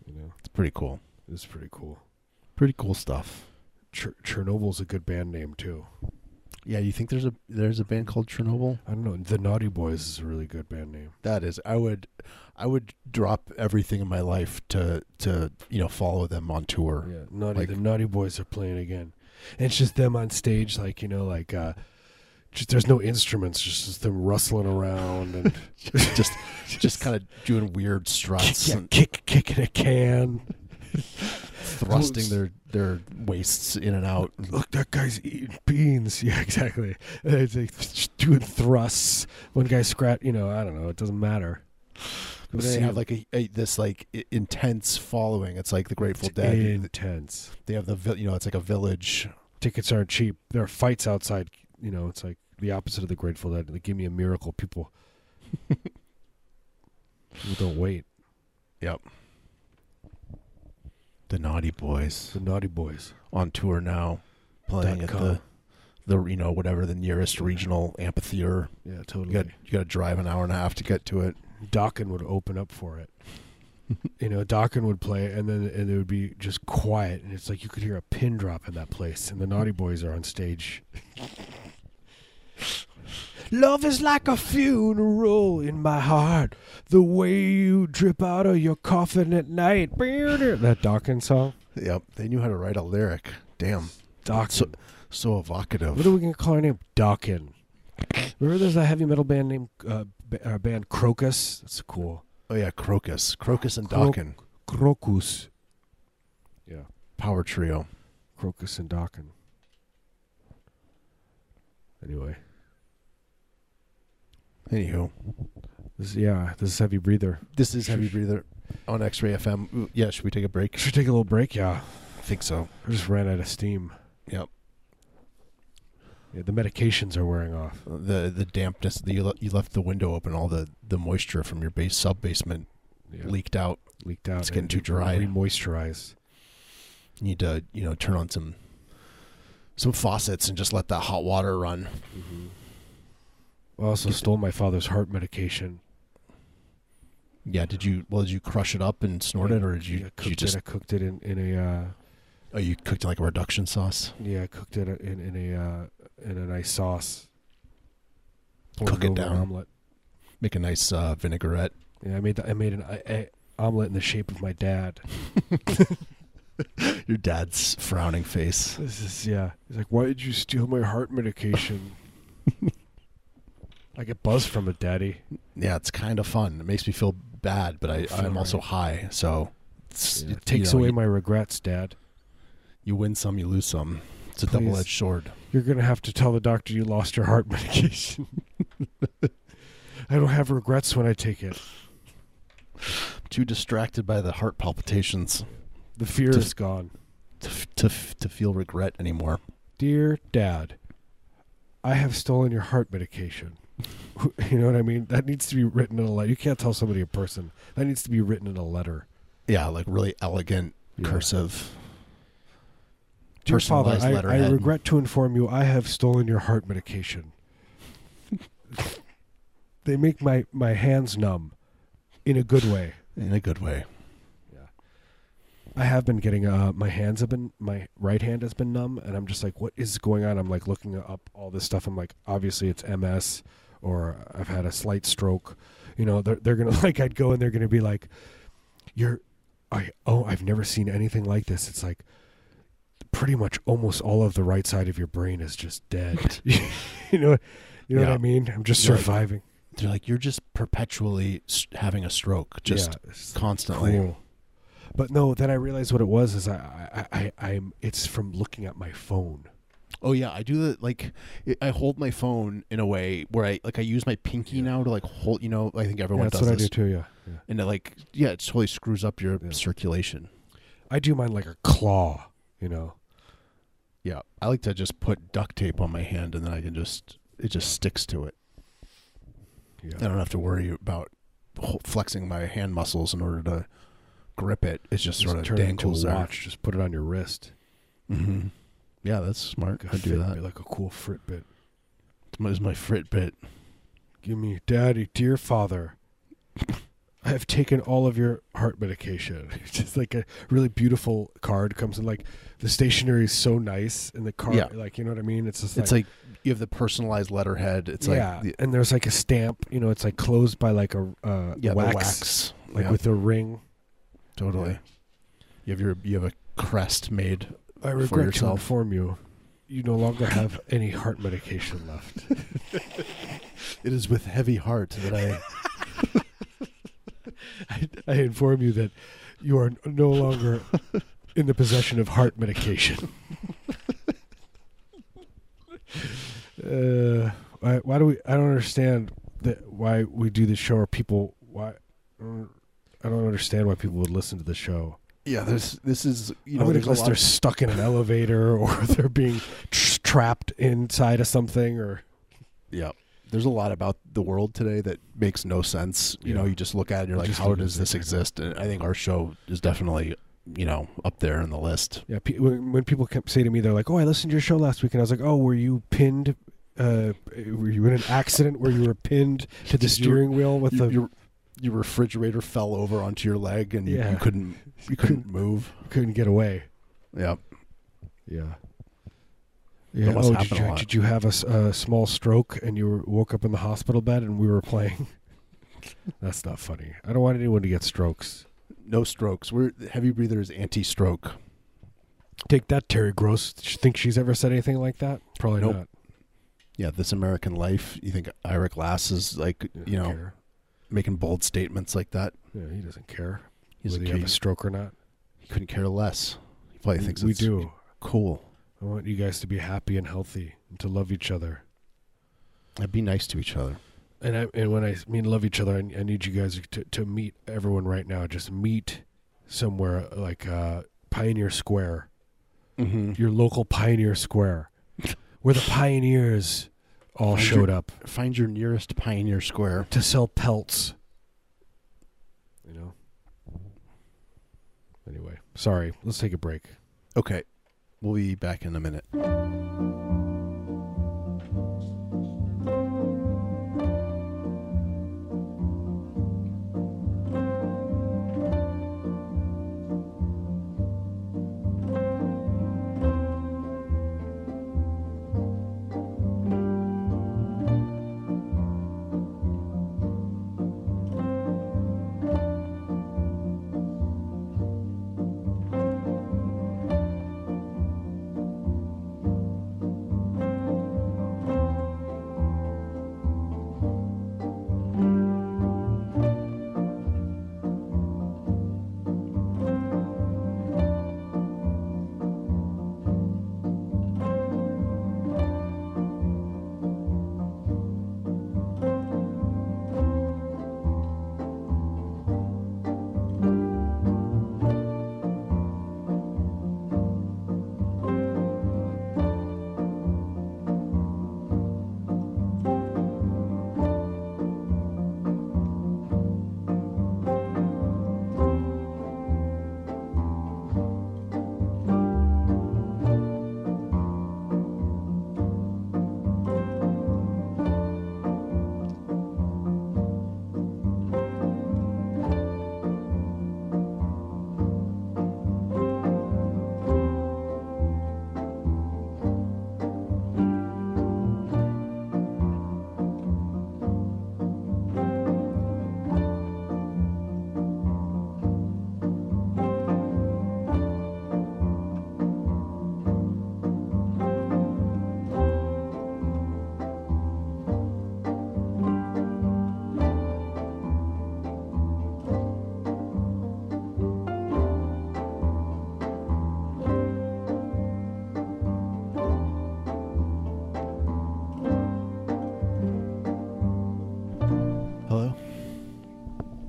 Speaker 1: you know,
Speaker 2: It's pretty cool.
Speaker 1: it's pretty cool.
Speaker 2: Pretty cool stuff.
Speaker 1: Cher- Chernobyl's a good band name too.
Speaker 2: Yeah, you think there's a there's a band called Chernobyl?
Speaker 1: I don't know. The Naughty Boys is a really good band name.
Speaker 2: That is, I would, I would drop everything in my life to to you know follow them on tour.
Speaker 1: Yeah, naughty.
Speaker 2: Like-
Speaker 1: the naughty boys are playing again, and it's just them on stage, like you know, like uh, just there's no instruments, just, just them rustling around and
Speaker 2: Just just kind of doing weird struts
Speaker 1: yeah,
Speaker 2: and
Speaker 1: kick kicking a can.
Speaker 2: thrusting their their waists in and out.
Speaker 1: Look, that guy's eating beans. Yeah, exactly. And It's like just doing thrusts. One guy scrat. You know, I don't know. It doesn't matter.
Speaker 2: But they have like a, a this like i- intense following. It's like the Grateful
Speaker 1: it's
Speaker 2: Dead.
Speaker 1: intense.
Speaker 2: They have the vil- you know it's like a village.
Speaker 1: Tickets aren't cheap. There are fights outside. You know, it's like the opposite of the Grateful Dead. Like, give me a miracle, people. people don't wait.
Speaker 2: The Naughty Boys
Speaker 1: The Naughty Boys.
Speaker 2: on tour now, playing
Speaker 1: Dot
Speaker 2: at
Speaker 1: com.
Speaker 2: the the you know whatever the nearest regional amphitheater.
Speaker 1: Yeah,
Speaker 2: You
Speaker 1: totally.
Speaker 2: got you got to drive an hour and a half to get to it.
Speaker 1: Dokken would open up for it. you know, Dokken would play, and then and it would be just quiet, and it's like you could hear a pin drop in that place, and the Naughty Boys are on stage. Love is like a funeral in my heart. The way you drip out of your coffin at night. That Dokken song.
Speaker 2: Yep, they knew how to write a lyric. Damn,
Speaker 1: Dokken.
Speaker 2: so so
Speaker 1: What
Speaker 2: evocative.
Speaker 1: are we gonna call our name? Dokken. Remember, there's a heavy metal band named uh, b- uh, band Crocus. That's cool.
Speaker 2: Oh yeah, Crocus, Crocus and
Speaker 1: Cro-
Speaker 2: Dokken,
Speaker 1: Crocus. Yeah,
Speaker 2: power trio.
Speaker 1: Crocus and Dokken. Anyway,
Speaker 2: Anywho,
Speaker 1: this yeah, this is heavy breather.
Speaker 2: this is Heavy Breather on X Ray FM. Ooh, Yeah, should we take a break?
Speaker 1: Should we take a little break. Yeah,
Speaker 2: I think so.
Speaker 1: I just ran out of steam.
Speaker 2: Yep.
Speaker 1: Yeah, the medications are wearing off.
Speaker 2: The the dampness. The, you, le- you left the window open. All the the moisture from your base sub basement
Speaker 1: Yeah,
Speaker 2: leaked out.
Speaker 1: leaked out.
Speaker 2: it's getting
Speaker 1: and
Speaker 2: too dry.
Speaker 1: Remoisturized.
Speaker 2: You need to you know turn on some some faucets and just let that hot water run.
Speaker 1: I also stole my father's heart medication.
Speaker 2: Yeah. Did you well? Did you crush it up and snort it, or did you
Speaker 1: I
Speaker 2: did
Speaker 1: cooked
Speaker 2: you just
Speaker 1: it. I cooked it in in a. Uh,
Speaker 2: oh you cooked it like a reduction sauce?
Speaker 1: Yeah, I cooked it in in a uh, in a nice sauce. Poured
Speaker 2: Cook it
Speaker 1: over an
Speaker 2: down.
Speaker 1: Omelet.
Speaker 2: Make a nice uh, vinaigrette.
Speaker 1: Yeah, I made the, I made an I, I, omelet in the shape of my dad.
Speaker 2: Your dad's frowning face.
Speaker 1: This is yeah. He's like, "Why did you steal my heart medication?" I get buzz from it, Daddy.
Speaker 2: Yeah, it's kind of fun. It makes me feel bad, but I,
Speaker 1: Feel
Speaker 2: I'm also
Speaker 1: right.
Speaker 2: high, so it's,
Speaker 1: It takes
Speaker 2: you know,
Speaker 1: away
Speaker 2: You,
Speaker 1: my regrets, Dad.
Speaker 2: you win some, you lose some. It's a
Speaker 1: Please.
Speaker 2: double-edged sword.
Speaker 1: You're gonna have to tell the doctor you lost your heart medication. I don't have regrets when I take it.
Speaker 2: Too distracted by the heart palpitations
Speaker 1: The fear
Speaker 2: Just-
Speaker 1: is gone.
Speaker 2: to f- to, f- to feel regret anymore.
Speaker 1: dear dad i have stolen your heart medication you know what i mean that needs to be written in a letter you can't tell somebody in person that needs to be written in a letter
Speaker 2: Yeah, like really elegant,
Speaker 1: Yeah.
Speaker 2: cursive.
Speaker 1: dear father
Speaker 2: Personalized
Speaker 1: I, I
Speaker 2: letterhead.
Speaker 1: regret to inform you i have stolen your heart medication they make my my hands numb, in a good way.
Speaker 2: in a good way.
Speaker 1: I have been getting uh my hands have been my right hand has been numb and I'm just like what is going on? I'm like looking up all this stuff. I'm like obviously it's MS or I've had a slight stroke. You know, they're they're going to like I'd go and they're going to be like you're I oh, I've never seen anything like this. It's like pretty much almost all of the right side of your brain is just dead. you know you know what
Speaker 2: Yeah.
Speaker 1: I mean? I'm just
Speaker 2: You're like,
Speaker 1: surviving.
Speaker 2: They're like you're just perpetually s- having a stroke, just
Speaker 1: Yeah, it's
Speaker 2: constantly.
Speaker 1: Cool. But no, then I realized what it was is I, I, I I'm it's from looking at my phone.
Speaker 2: Oh yeah, I do the like I- I hold my phone in a way where I like I use my pinky now to like hold. You know, I think everyone
Speaker 1: Yeah, that's
Speaker 2: does
Speaker 1: what
Speaker 2: this,
Speaker 1: I do too. Yeah. yeah,
Speaker 2: and it like yeah, it totally screws up your
Speaker 1: Yeah.
Speaker 2: circulation.
Speaker 1: I do mine like a claw. You know,
Speaker 2: Yeah, I like to just put duct tape on my hand, and then I can just it just sticks to it.
Speaker 1: yeah.
Speaker 2: I don't have to worry about ho- flexing my hand muscles in order to grip it. It's just
Speaker 1: Just
Speaker 2: sort of
Speaker 1: turn it into a
Speaker 2: dangles there.
Speaker 1: watch. Just put it on your wrist.
Speaker 2: hmm Yeah, that's smart.
Speaker 1: Like a
Speaker 2: I do
Speaker 1: Fitbit,
Speaker 2: that.
Speaker 1: like a cool Fitbit.
Speaker 2: It's my Fitbit.
Speaker 1: Give me, Daddy, dear Father. I have taken all of your heart medication. It's just like a really beautiful card comes in. Like the stationery is so nice, and the card,
Speaker 2: Yeah.
Speaker 1: like you know what I mean. It's just
Speaker 2: It's like you have the personalized letterhead. It's
Speaker 1: yeah,
Speaker 2: like the,
Speaker 1: and there's like a stamp. You know, it's like closed by like a uh,
Speaker 2: yeah,
Speaker 1: wax,
Speaker 2: the wax.
Speaker 1: like
Speaker 2: yeah,
Speaker 1: with a ring.
Speaker 2: totally.
Speaker 1: yeah.
Speaker 2: You have your you have a crest made.
Speaker 1: I
Speaker 2: For
Speaker 1: regret to
Speaker 2: yourself.
Speaker 1: inform you, you no longer have any heart medication left.
Speaker 2: It is with heavy heart that I.
Speaker 1: I, I inform you that you are no longer in the possession of heart medication. uh, why, why do we? I don't understand that. Why we do this show? Or people? Why? I don't understand why people would listen to the show.
Speaker 2: yeah, there's this is you
Speaker 1: I
Speaker 2: know
Speaker 1: mean,
Speaker 2: there's a
Speaker 1: unless
Speaker 2: lot
Speaker 1: they're
Speaker 2: of,
Speaker 1: stuck in an elevator or they're being tr- trapped inside of something or
Speaker 2: yeah there's a lot about the world today that makes no sense. You
Speaker 1: Yeah.
Speaker 2: know, you just look at it and you're
Speaker 1: You
Speaker 2: like,
Speaker 1: just
Speaker 2: how
Speaker 1: look at
Speaker 2: does
Speaker 1: it,
Speaker 2: this
Speaker 1: yeah.
Speaker 2: exist? And I think our show is definitely you know up there in the list.
Speaker 1: yeah. Pe- when, when people kept say to me, they're like, "Oh, I listened to your show last week," and I was like, "Oh, were you pinned? Uh, were you in an accident where you were pinned to the
Speaker 2: Did you-
Speaker 1: steering wheel with
Speaker 2: You-
Speaker 1: the? You
Speaker 2: your your refrigerator fell over onto your leg and you,
Speaker 1: Yeah.
Speaker 2: you couldn't you couldn't move.
Speaker 1: couldn't get away."
Speaker 2: Yeah.
Speaker 1: Yeah. Yeah.
Speaker 2: must
Speaker 1: Oh,
Speaker 2: happen
Speaker 1: did
Speaker 2: a
Speaker 1: you,
Speaker 2: lot.
Speaker 1: did you have a s- a small stroke and you were, woke up in the hospital bed and we were playing? That's not funny. I don't want anyone to get strokes.
Speaker 2: No strokes. We're heavy breather is anti-stroke.
Speaker 1: Take that, Terry Gross. Sh- Think she's ever said anything like that? Probably
Speaker 2: Nope.
Speaker 1: not.
Speaker 2: Yeah, this American life. You think Ira Glass is like
Speaker 1: He doesn't
Speaker 2: you know
Speaker 1: care.
Speaker 2: making bold statements like that?
Speaker 1: yeah, he doesn't care
Speaker 2: He's
Speaker 1: whether
Speaker 2: like,
Speaker 1: you have
Speaker 2: he,
Speaker 1: a stroke or not.
Speaker 2: he couldn't care less. He probably
Speaker 1: We,
Speaker 2: thinks
Speaker 1: we
Speaker 2: it's
Speaker 1: do.
Speaker 2: cool.
Speaker 1: I want you guys to be happy and healthy, and to love each other.
Speaker 2: I'd be nice to each other.
Speaker 1: And I and when I mean love each other, I, I need you guys to to meet everyone right now. Just meet somewhere like uh, Pioneer Square,
Speaker 2: Mm-hmm.
Speaker 1: your local Pioneer Square, where the pioneers all
Speaker 2: Find
Speaker 1: showed
Speaker 2: your-
Speaker 1: up
Speaker 2: Find your nearest Pioneer Square.
Speaker 1: to sell pelts. You know. Anyway, sorry. Let's take a break.
Speaker 2: Okay, we'll be back in a minute.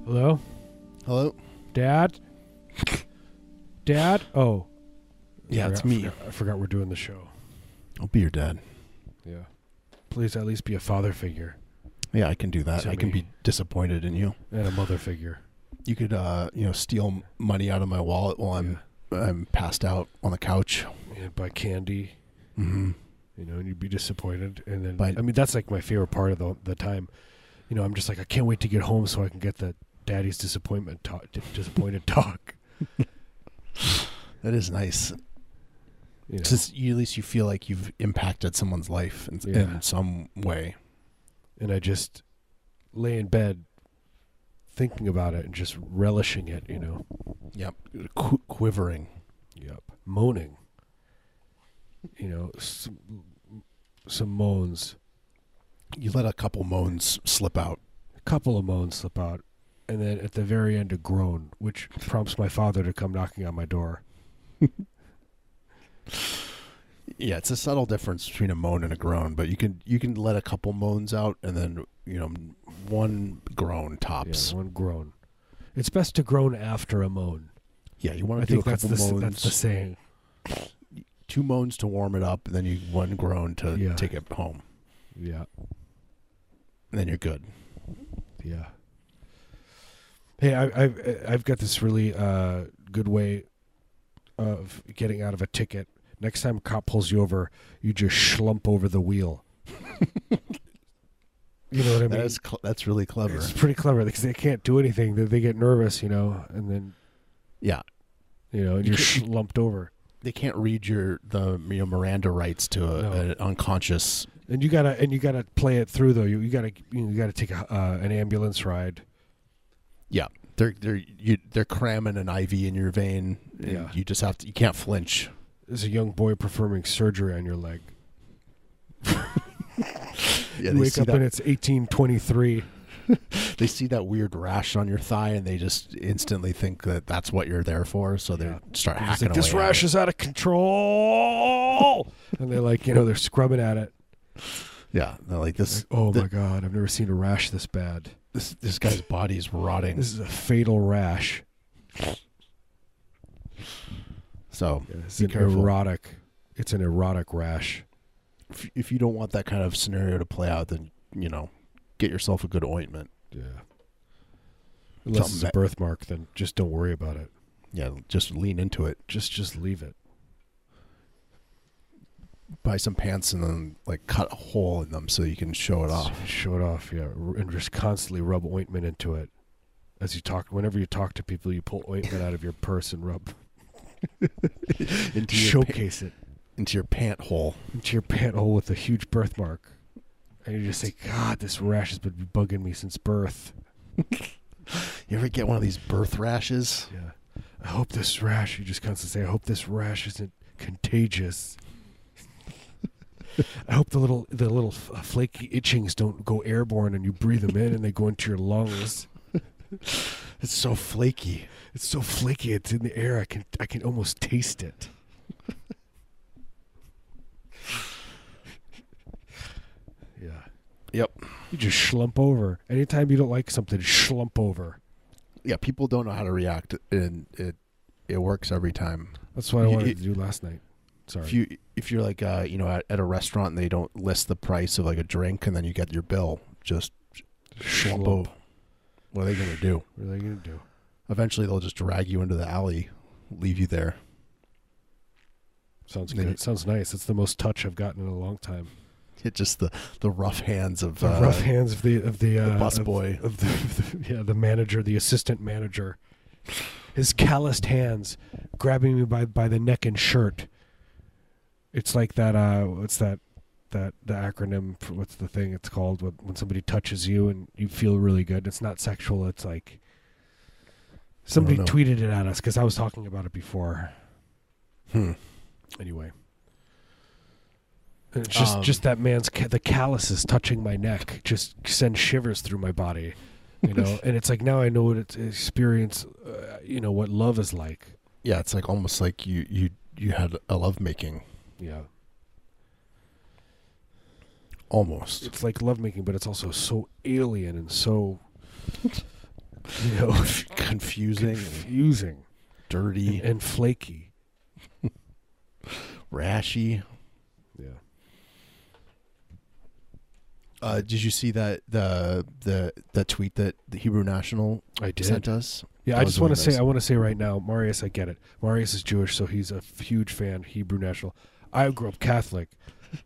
Speaker 1: Hello,
Speaker 2: Hello.
Speaker 1: Dad. Dad. Oh,
Speaker 2: Yeah,
Speaker 1: I
Speaker 2: it's
Speaker 1: forgot-
Speaker 2: me.
Speaker 1: forgot- I forgot we're doing the show.
Speaker 2: I'll be your dad.
Speaker 1: Yeah. Please at least be a father figure
Speaker 2: Yeah, I can do that.
Speaker 1: To
Speaker 2: I can
Speaker 1: me.
Speaker 2: be disappointed in you.
Speaker 1: and a mother figure.
Speaker 2: You could, uh, you know, steal money out of my wallet while I'm I'm passed out on the couch.
Speaker 1: Yeah, buy candy,
Speaker 2: Mm-hmm.
Speaker 1: you know, and you'd be disappointed. And then,
Speaker 2: But-
Speaker 1: I mean, that's like my favorite part of the, the time. You know, I'm just like, I can't wait to get home so I can get the daddy's disappointment talk, d- disappointed talk.
Speaker 2: That is nice.
Speaker 1: You know?
Speaker 2: Since you, at least you feel like you've impacted someone's life in,
Speaker 1: Yeah.
Speaker 2: in some way.
Speaker 1: And I just lay in bed thinking about it and just relishing it, you know.
Speaker 2: Yep. Qu- quivering.
Speaker 1: Yep. Moaning. You know, some, some moans.
Speaker 2: You let a couple moans slip out.
Speaker 1: couple of moans slip out, and then at the very end, a groan, which prompts my father to come knocking on my door.
Speaker 2: Yeah, it's a subtle difference between a moan and a groan, but you can you can let a couple moans out and then you know one groan tops.
Speaker 1: Yeah, one groan. It's best to groan after a moan.
Speaker 2: Yeah, you want
Speaker 1: I
Speaker 2: to do a
Speaker 1: think that's
Speaker 2: couple
Speaker 1: the, s-
Speaker 2: moans,
Speaker 1: that's the saying.
Speaker 2: two moans to warm it up, and then you one groan to
Speaker 1: Yeah.
Speaker 2: take it home,
Speaker 1: Yeah,
Speaker 2: and then you're good.
Speaker 1: yeah. Hey, I, I've I've got this really uh, good way of getting out of a ticket. Next time a cop pulls you over, you just schlump over the wheel. you know what I mean?
Speaker 2: that's cl- that's really clever.
Speaker 1: It's pretty clever because they can't do anything. They, they get nervous, you know, and then
Speaker 2: Yeah,
Speaker 1: you know, and
Speaker 2: You
Speaker 1: you're
Speaker 2: can't-
Speaker 1: slumped over.
Speaker 2: they can't read your the you know Miranda rights to a,
Speaker 1: No.
Speaker 2: an unconscious.
Speaker 1: And you gotta and you gotta play it through though. You you gotta you, know, you gotta take a, uh, an ambulance ride.
Speaker 2: Yeah, they're they're you, they're cramming an IV in your vein. and
Speaker 1: Yeah.
Speaker 2: you just have to. You can't flinch.
Speaker 1: There's a young boy performing surgery on your leg.
Speaker 2: Yeah,
Speaker 1: you
Speaker 2: they
Speaker 1: wake
Speaker 2: see
Speaker 1: up
Speaker 2: that
Speaker 1: and it's 1823.
Speaker 2: they see that weird rash on your thigh and they just instantly think that that's what you're there for. So they
Speaker 1: Yeah.
Speaker 2: start
Speaker 1: It's
Speaker 2: hacking
Speaker 1: like, this
Speaker 2: away at
Speaker 1: rash
Speaker 2: it.
Speaker 1: is out of control, and they're like, you know, they're scrubbing at it.
Speaker 2: Yeah, they're like
Speaker 1: Like,
Speaker 2: this.
Speaker 1: oh
Speaker 2: The-
Speaker 1: my god, I've never seen a rash this bad.
Speaker 2: This this guy's body is rotting.
Speaker 1: This is a fatal rash.
Speaker 2: So
Speaker 1: it's
Speaker 2: be
Speaker 1: an
Speaker 2: careful.
Speaker 1: erotic. It's an erotic rash.
Speaker 2: if, if you don't want that kind of scenario to play out, then you know, get yourself a good ointment.
Speaker 1: Yeah. Unless
Speaker 2: Something
Speaker 1: it's a
Speaker 2: that-
Speaker 1: birthmark, then just don't worry about it.
Speaker 2: Yeah, just lean into it.
Speaker 1: Just just leave it.
Speaker 2: Buy some pants and then like cut a hole in them so you can show it off.
Speaker 1: Show it off, yeah. R- And just constantly rub ointment into it. As you talk, whenever you talk to people, you pull ointment out of your purse and rub,
Speaker 2: Into your, pa-
Speaker 1: showcase it
Speaker 2: into your pant hole.
Speaker 1: into your pant hole with a huge birthmark. And you just say, God, this rash has been bugging me since birth.
Speaker 2: You ever get one of these birth rashes?
Speaker 1: Yeah. I hope this rash, you just constantly say, I hope this rash isn't contagious. I hope the little the little f- uh, flaky itchings don't go airborne and you breathe them in and they go into your lungs.
Speaker 2: It's so flaky.
Speaker 1: It's so flaky, it's in the air. I can I can almost taste it. yeah.
Speaker 2: Yep.
Speaker 1: You just slump over. Anytime you don't like something, slump over.
Speaker 2: yeah, people don't know how to react, and it it works every time.
Speaker 1: That's what I
Speaker 2: You-
Speaker 1: wanted
Speaker 2: you-
Speaker 1: to do last night. Sorry.
Speaker 2: If you if you're like uh, you know at, at a restaurant and they don't list the price of like a drink, and then you get your bill, just slump
Speaker 1: Slump.
Speaker 2: over. What are they gonna do?
Speaker 1: What are they gonna do?
Speaker 2: Eventually, they'll just drag you into the alley, leave you there.
Speaker 1: Sounds
Speaker 2: They
Speaker 1: good.
Speaker 2: did-
Speaker 1: Sounds nice. It's the most touch I've gotten in a long time.
Speaker 2: Hit just the the rough hands of
Speaker 1: The
Speaker 2: uh,
Speaker 1: rough hands of the of the,
Speaker 2: the
Speaker 1: uh,
Speaker 2: bus
Speaker 1: of,
Speaker 2: boy.
Speaker 1: of the, of the- yeah the manager, the assistant manager. His calloused hands grabbing me by by the neck and shirt. It's like that. Uh, what's that? That the acronym for what's the thing it's called when, when somebody touches you and you feel really good. It's not sexual. It's like somebody
Speaker 2: know.
Speaker 1: tweeted it at us because I was talking about it before.
Speaker 2: Hmm.
Speaker 1: anyway. And It's just
Speaker 2: Um,
Speaker 1: just that man's ca- the calluses touching my neck just send shivers through my body, you know. and it's like now I know what it's experience, uh, you know what love is like.
Speaker 2: Yeah, it's like almost like you you you had a love making
Speaker 1: Yeah,
Speaker 2: almost.
Speaker 1: it's like love making, but it's also so alien and so you know,
Speaker 2: confusing, and
Speaker 1: confusing
Speaker 2: dirty,
Speaker 1: and flaky.
Speaker 2: rashy.
Speaker 1: Yeah.
Speaker 2: Uh, did you see that the the the tweet that the Hebrew National
Speaker 1: I did.
Speaker 2: sent us?
Speaker 1: yeah,
Speaker 2: that
Speaker 1: I
Speaker 2: was
Speaker 1: just want to
Speaker 2: really
Speaker 1: say,
Speaker 2: nice.
Speaker 1: I want to say right now, Marius, I get it. Marius is Jewish, so he's a f- huge fan, Hebrew national. I grew up Catholic,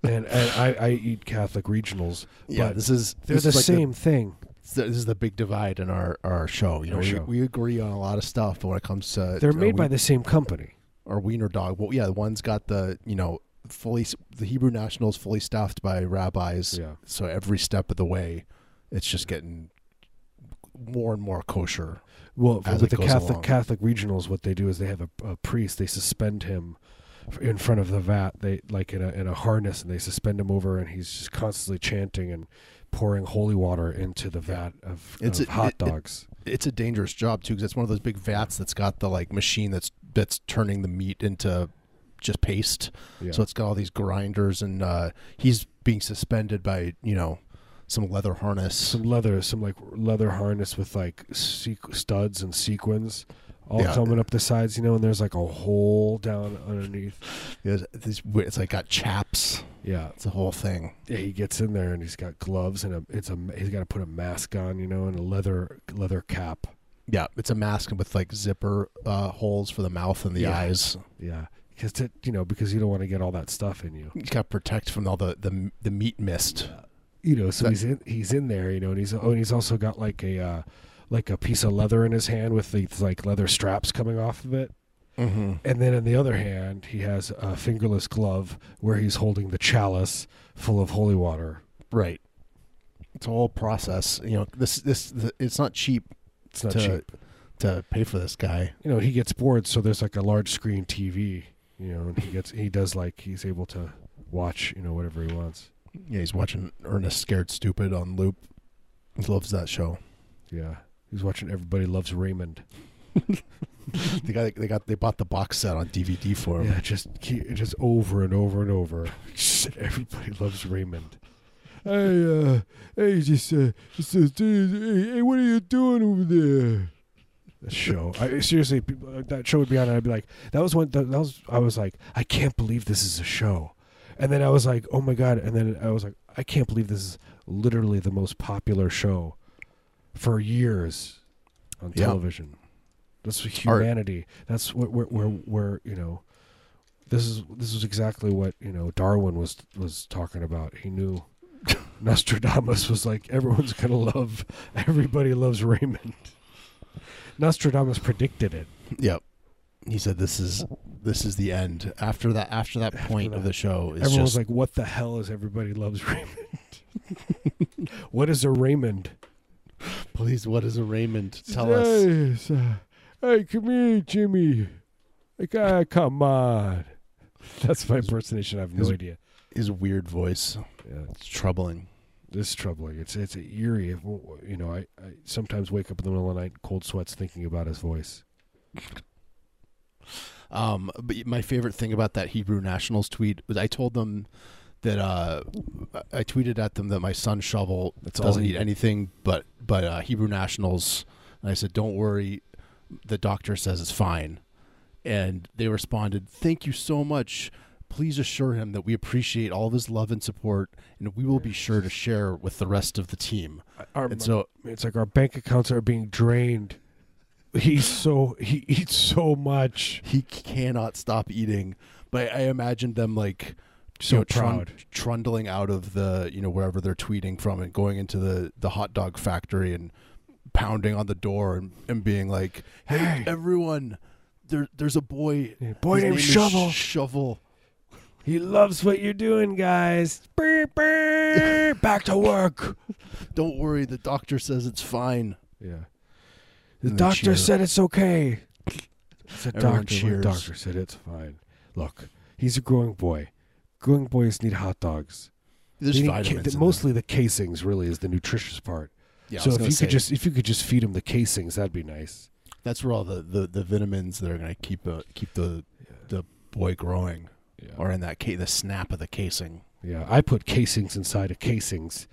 Speaker 1: and, and I, I eat Catholic regionals.
Speaker 2: Yeah,
Speaker 1: but
Speaker 2: this is
Speaker 1: they're
Speaker 2: this
Speaker 1: the
Speaker 2: is like
Speaker 1: same thing.
Speaker 2: The, this is the big divide in our our show. You know,
Speaker 1: Our
Speaker 2: we,
Speaker 1: show.
Speaker 2: we agree on a lot of stuff, but uh, when it comes to
Speaker 1: They're
Speaker 2: our
Speaker 1: made by
Speaker 2: Wien-
Speaker 1: the same company.
Speaker 2: our wiener dog. Well, yeah, the one's got the you know fully s- the Hebrew Nationals fully staffed by rabbis.
Speaker 1: Yeah.
Speaker 2: So every step of the way, it's just getting more and more kosher.
Speaker 1: Well,
Speaker 2: as
Speaker 1: with
Speaker 2: it
Speaker 1: the
Speaker 2: goes
Speaker 1: Catholic
Speaker 2: along.
Speaker 1: Catholic regionals, what they do is they have a, a priest. They suspend him f- in front of the vat. They like in a in a harness, and they suspend him over, and he's just constantly chanting and pouring holy water into the vat of,
Speaker 2: It's
Speaker 1: of
Speaker 2: a-
Speaker 1: hot
Speaker 2: it- it-
Speaker 1: dogs.
Speaker 2: It's a dangerous job too, because it's one of those big vats that's got the like machine that's that's turning the meat into just paste.
Speaker 1: yeah.
Speaker 2: So it's got all these grinders, and uh, he's being suspended by you know some leather harness.
Speaker 1: some leather, some like leather harness with like sequ- studs and sequins, all
Speaker 2: Yeah.
Speaker 1: coming up the sides, you know. And there's like a hole down underneath.
Speaker 2: It's, it's, it's like got chaps.
Speaker 1: Yeah,
Speaker 2: It's a whole thing.
Speaker 1: yeah. He gets in there and he's got gloves and a, it's a he's got to put a mask on, you know, and a leather leather cap.
Speaker 2: Yeah, it's a mask with like zipper uh, holes for the mouth and the
Speaker 1: Yeah.
Speaker 2: eyes.
Speaker 1: Yeah, because it you know because you don't want to get all that stuff in you.
Speaker 2: You got to protect from all the the, the meat mist.
Speaker 1: You know, so
Speaker 2: That-
Speaker 1: he's in he's in there, you know, and he's oh, and he's also got like a uh, like a piece of leather in his hand with these like leather straps coming off of it.
Speaker 2: Mm-hmm.
Speaker 1: And then on the other hand, he has a fingerless glove where he's holding the chalice full of holy water.
Speaker 2: Right. It's a whole process. You know, this this the, it's not cheap
Speaker 1: It's not
Speaker 2: to
Speaker 1: cheap.
Speaker 2: to pay for this guy.
Speaker 1: You know, he gets bored, so there's like a large screen TV. You know, and he gets he does like he's able to watch you know whatever he wants.
Speaker 2: Yeah, he's watching Ernest Scared Stupid on loop. He loves that show.
Speaker 1: Yeah, he's watching Everybody Loves Raymond.
Speaker 2: they got they got they bought the box set on DVD for him.
Speaker 1: Yeah, just keep, just over and over and over. Just Everybody loves Raymond. Hey, uh, hey, just, uh, just, uh, hey, hey, what are you doing over there? That show. I seriously, people, uh, that show would be on, and I'd be like, that was one. That, that was. I was like, I can't believe this is a show. And then I was like, oh my god. And then I was like, I can't believe this is literally the most popular show for years on
Speaker 2: Yeah.
Speaker 1: television. That's what
Speaker 2: Art.
Speaker 1: humanity. That's what where where where you know. This is this is exactly what you know Darwin was was talking about. He knew Nostradamus was like everyone's gonna love. Everybody loves Raymond. Nostradamus predicted it.
Speaker 2: Yep. He said this is this is the end. After that after that point of
Speaker 1: that,
Speaker 2: the show is
Speaker 1: Everyone's
Speaker 2: just
Speaker 1: like, "What the hell is everybody loves Raymond? what is a Raymond?
Speaker 2: please what is a Raymond? Tell us.
Speaker 1: us." uh, hey, come here, Jimmy. Like, ah, come on. That's my impersonation. I have no
Speaker 2: His-
Speaker 1: idea.
Speaker 2: His weird voice.
Speaker 1: Yeah.
Speaker 2: It's troubling.
Speaker 1: It's troubling. It's it's eerie. If- You know, I, I sometimes wake up in the middle of the night, in cold sweats, thinking about his voice.
Speaker 2: Um, but my favorite thing about that Hebrew Nationals tweet was I told them that uh, I tweeted at them that my son Shovel
Speaker 1: That's all
Speaker 2: doesn't
Speaker 1: he-
Speaker 2: eat anything but but uh, Hebrew Nationals, and I said, "Don't worry, the doctor says it's fine." And they responded, "Thank you so much. Please assure him that we appreciate all of his love and support, and we will be sure to share with the rest of the team."
Speaker 1: Our,
Speaker 2: And so
Speaker 1: it's like our bank accounts are being drained. He's so he eats so much.
Speaker 2: he cannot stop eating. But I imagined them like
Speaker 1: So
Speaker 2: you know, trun-
Speaker 1: proud.
Speaker 2: trundling out of the you know wherever they're tweeting from and going into the the hot dog factory and pounding on the door and, and being like, "Hey,
Speaker 1: Hey.
Speaker 2: everyone, there there's a boy,
Speaker 1: Yeah, boy
Speaker 2: His
Speaker 1: named
Speaker 2: name is
Speaker 1: Shovel."
Speaker 2: Sh- Shovel."
Speaker 1: He loves what you're doing, guys. Beep, beep. Back to work.
Speaker 2: Don't worry, the doctor says it's fine.
Speaker 1: Yeah. The
Speaker 2: And they
Speaker 1: doctor
Speaker 2: cheer.
Speaker 1: said it's okay. The
Speaker 2: Everyone
Speaker 1: doctor, the
Speaker 2: cheers.
Speaker 1: doctor said it's fine. Look, he's a growing boy. Growing boys need hot dogs.
Speaker 2: There's
Speaker 1: They need ca-
Speaker 2: vitamins.
Speaker 1: the-
Speaker 2: in there.
Speaker 1: mostly the casings really is the nutritious part.
Speaker 2: Yeah, I
Speaker 1: so
Speaker 2: was
Speaker 1: if
Speaker 2: gonna
Speaker 1: you
Speaker 2: say,
Speaker 1: could just if you could just feed him the casings, that'd be nice.
Speaker 2: that's where all the, the, the vitamins that are gonna keep uh, keep the
Speaker 1: Yeah.
Speaker 2: the boy growing
Speaker 1: Yeah.
Speaker 2: are in that ca- the snap of the casing.
Speaker 1: Yeah, I put casings inside of casings,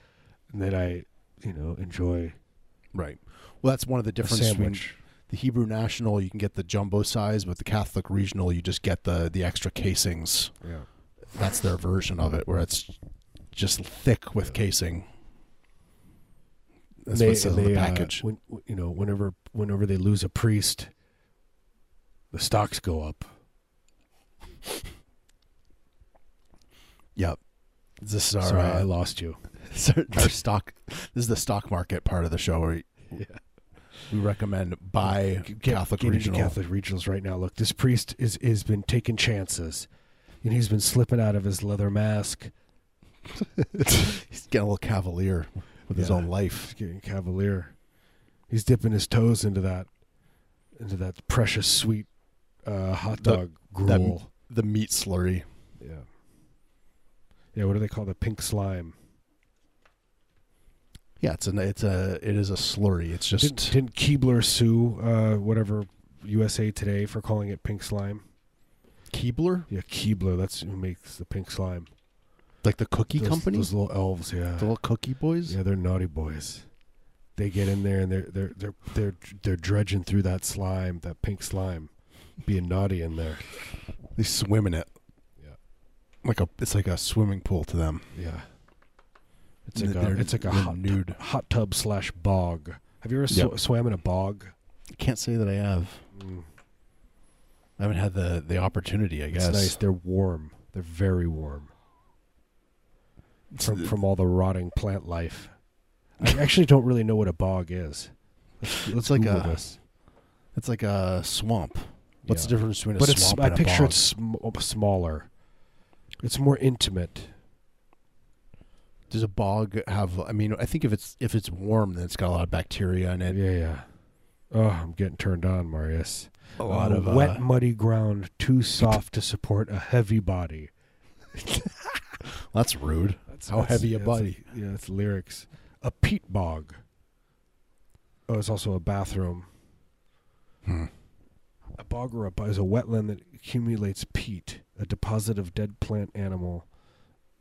Speaker 1: and then I, you know, enjoy.
Speaker 2: Right. Well, that's one of the
Speaker 1: a
Speaker 2: differences between
Speaker 1: sandwich.
Speaker 2: the Hebrew National. You can get the jumbo size, but the Catholic Regional, you just get the the extra casings.
Speaker 1: Yeah.
Speaker 2: That's their version of it, where it's just thick with casing. That's
Speaker 1: They-
Speaker 2: what's in the
Speaker 1: they, uh,
Speaker 2: package.
Speaker 1: when, you know, whenever whenever they lose a priest, the stocks go up.
Speaker 2: yep. This is our
Speaker 1: Sorry, I
Speaker 2: uh,
Speaker 1: lost you.
Speaker 2: our stock. This is the stock market part of the show where
Speaker 1: Yeah.
Speaker 2: we recommend buy Catholic
Speaker 1: get
Speaker 2: Regional.
Speaker 1: into Catholic regionals right now. Look, this priest is has been taking chances, and he's been slipping out of his leather mask.
Speaker 2: He's getting a little cavalier with his
Speaker 1: Yeah.
Speaker 2: own life.
Speaker 1: He's getting cavalier. He's dipping his toes into that, into that precious sweet uh, hot
Speaker 2: The-
Speaker 1: dog
Speaker 2: that-
Speaker 1: gruel.
Speaker 2: The meat slurry.
Speaker 1: yeah. Yeah. What do they call the pink slime?
Speaker 2: Yeah, it's an it's a it is a slurry. It's just
Speaker 1: Didn't, didn't Keebler sue uh, whatever USA Today for calling it pink slime?
Speaker 2: Keebler,
Speaker 1: Yeah, Keebler. That's who makes the pink slime.
Speaker 2: like the cookie
Speaker 1: Those-
Speaker 2: company,
Speaker 1: Those little elves. Yeah.
Speaker 2: the little cookie boys.
Speaker 1: Yeah, they're naughty boys. They get in there and they're they're they're they're they're dredging through that slime, that pink slime, being naughty in there.
Speaker 2: They swim in it.
Speaker 1: Yeah.
Speaker 2: like a it's like a swimming pool to them.
Speaker 1: Yeah, it's
Speaker 2: Th-
Speaker 1: like a
Speaker 2: they're-
Speaker 1: it's like a
Speaker 2: they're
Speaker 1: hot
Speaker 2: nude.
Speaker 1: hot tub slash bog. Have you ever sw-
Speaker 2: Yep.
Speaker 1: swam in a bog?
Speaker 2: Can't say that I have.
Speaker 1: Mm,
Speaker 2: I haven't had the the opportunity. I
Speaker 1: it's
Speaker 2: guess.
Speaker 1: nice. They're warm. They're very warm
Speaker 2: It's-
Speaker 1: from from all the rotting plant life. I actually don't really know what a bog is. Let's, let's
Speaker 2: like
Speaker 1: Google
Speaker 2: a-
Speaker 1: this.
Speaker 2: It's like a swamp. What's
Speaker 1: Yeah.
Speaker 2: the difference between a
Speaker 1: but it's
Speaker 2: swamp
Speaker 1: I
Speaker 2: and a
Speaker 1: picture
Speaker 2: bog?
Speaker 1: it's sm- oh, smaller. It's more intimate.
Speaker 2: Does a bog have? I mean, I think if it's if it's warm, then it's got a lot of bacteria in it.
Speaker 1: yeah, yeah. Oh, I'm getting turned on, Marius.
Speaker 2: A uh,
Speaker 1: On Oh, wet, muddy ground, too soft to support a heavy body.
Speaker 2: that's rude.
Speaker 1: That's,
Speaker 2: How heavy a
Speaker 1: yeah,
Speaker 2: body?
Speaker 1: It's, yeah, it's lyrics. A peat bog. Oh, it's also a bathroom.
Speaker 2: Hmm.
Speaker 1: A bog or a bu- is a wetland that accumulates peat, a deposit of dead plant animal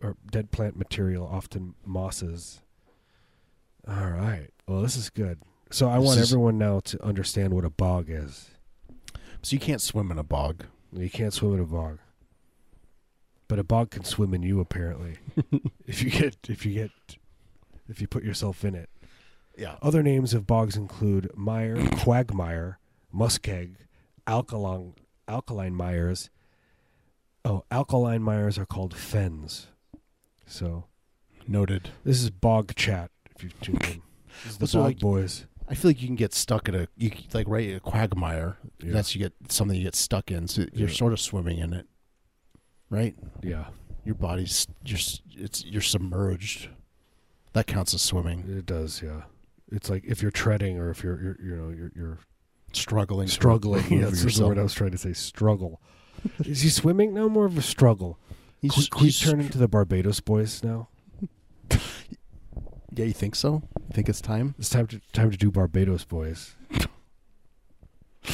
Speaker 1: or dead plant material, often mosses. All right. Well, this is good. So I
Speaker 2: This
Speaker 1: want
Speaker 2: is-
Speaker 1: everyone now to understand what a bog is.
Speaker 2: So you can't swim in a bog.
Speaker 1: You can't swim in a bog. But a bog can swim in you apparently. if you get if you get if you put yourself in it.
Speaker 2: Yeah.
Speaker 1: Other names of bogs include mire, quagmire, muskeg, alkaline alkaline mires. Oh, alkaline mires are called fens. So
Speaker 2: Noted.
Speaker 1: this is bog chat if you've tuned in. This is the
Speaker 2: Also,
Speaker 1: bog
Speaker 2: like-
Speaker 1: boys.
Speaker 2: I feel like you can get stuck in a you c- like right at a quagmire.
Speaker 1: Yeah.
Speaker 2: That's you get something you get stuck in. So you're
Speaker 1: Yeah.
Speaker 2: sort of swimming in it, right?
Speaker 1: Yeah.
Speaker 2: Your body's you're s- it's you're submerged. That counts as swimming.
Speaker 1: It does, yeah. It's like if you're treading or if you're, you're you know, you're you're
Speaker 2: Struggling,
Speaker 1: struggling.
Speaker 2: Yeah,
Speaker 1: that's
Speaker 2: that's
Speaker 1: the
Speaker 2: yourself.
Speaker 1: word I was trying to say. Struggle. Is he swimming? No, more of a struggle.
Speaker 2: He's,
Speaker 1: He's, can we turn into the Barbados boys now.
Speaker 2: Yeah, you think so? You think it's time?
Speaker 1: It's time to time to do Barbados boys.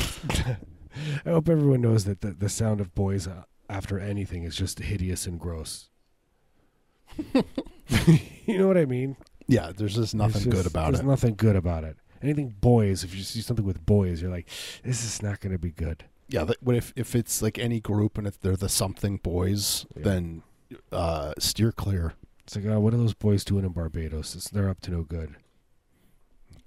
Speaker 1: I hope everyone knows that the, the sound of boys uh, after anything is just hideous and gross. you know what I mean?
Speaker 2: Yeah, there's just nothing
Speaker 1: There's
Speaker 2: good
Speaker 1: just-
Speaker 2: about
Speaker 1: there's
Speaker 2: it.
Speaker 1: nothing good about it. Anything boys, if you see something with boys, you're like, this is not going to be good.
Speaker 2: yeah, that, what if if it's like any group and if they're the something boys,
Speaker 1: Yeah.
Speaker 2: then uh, steer clear.
Speaker 1: It's like, oh, what are those boys doing in Barbados? It's, they're up to no good.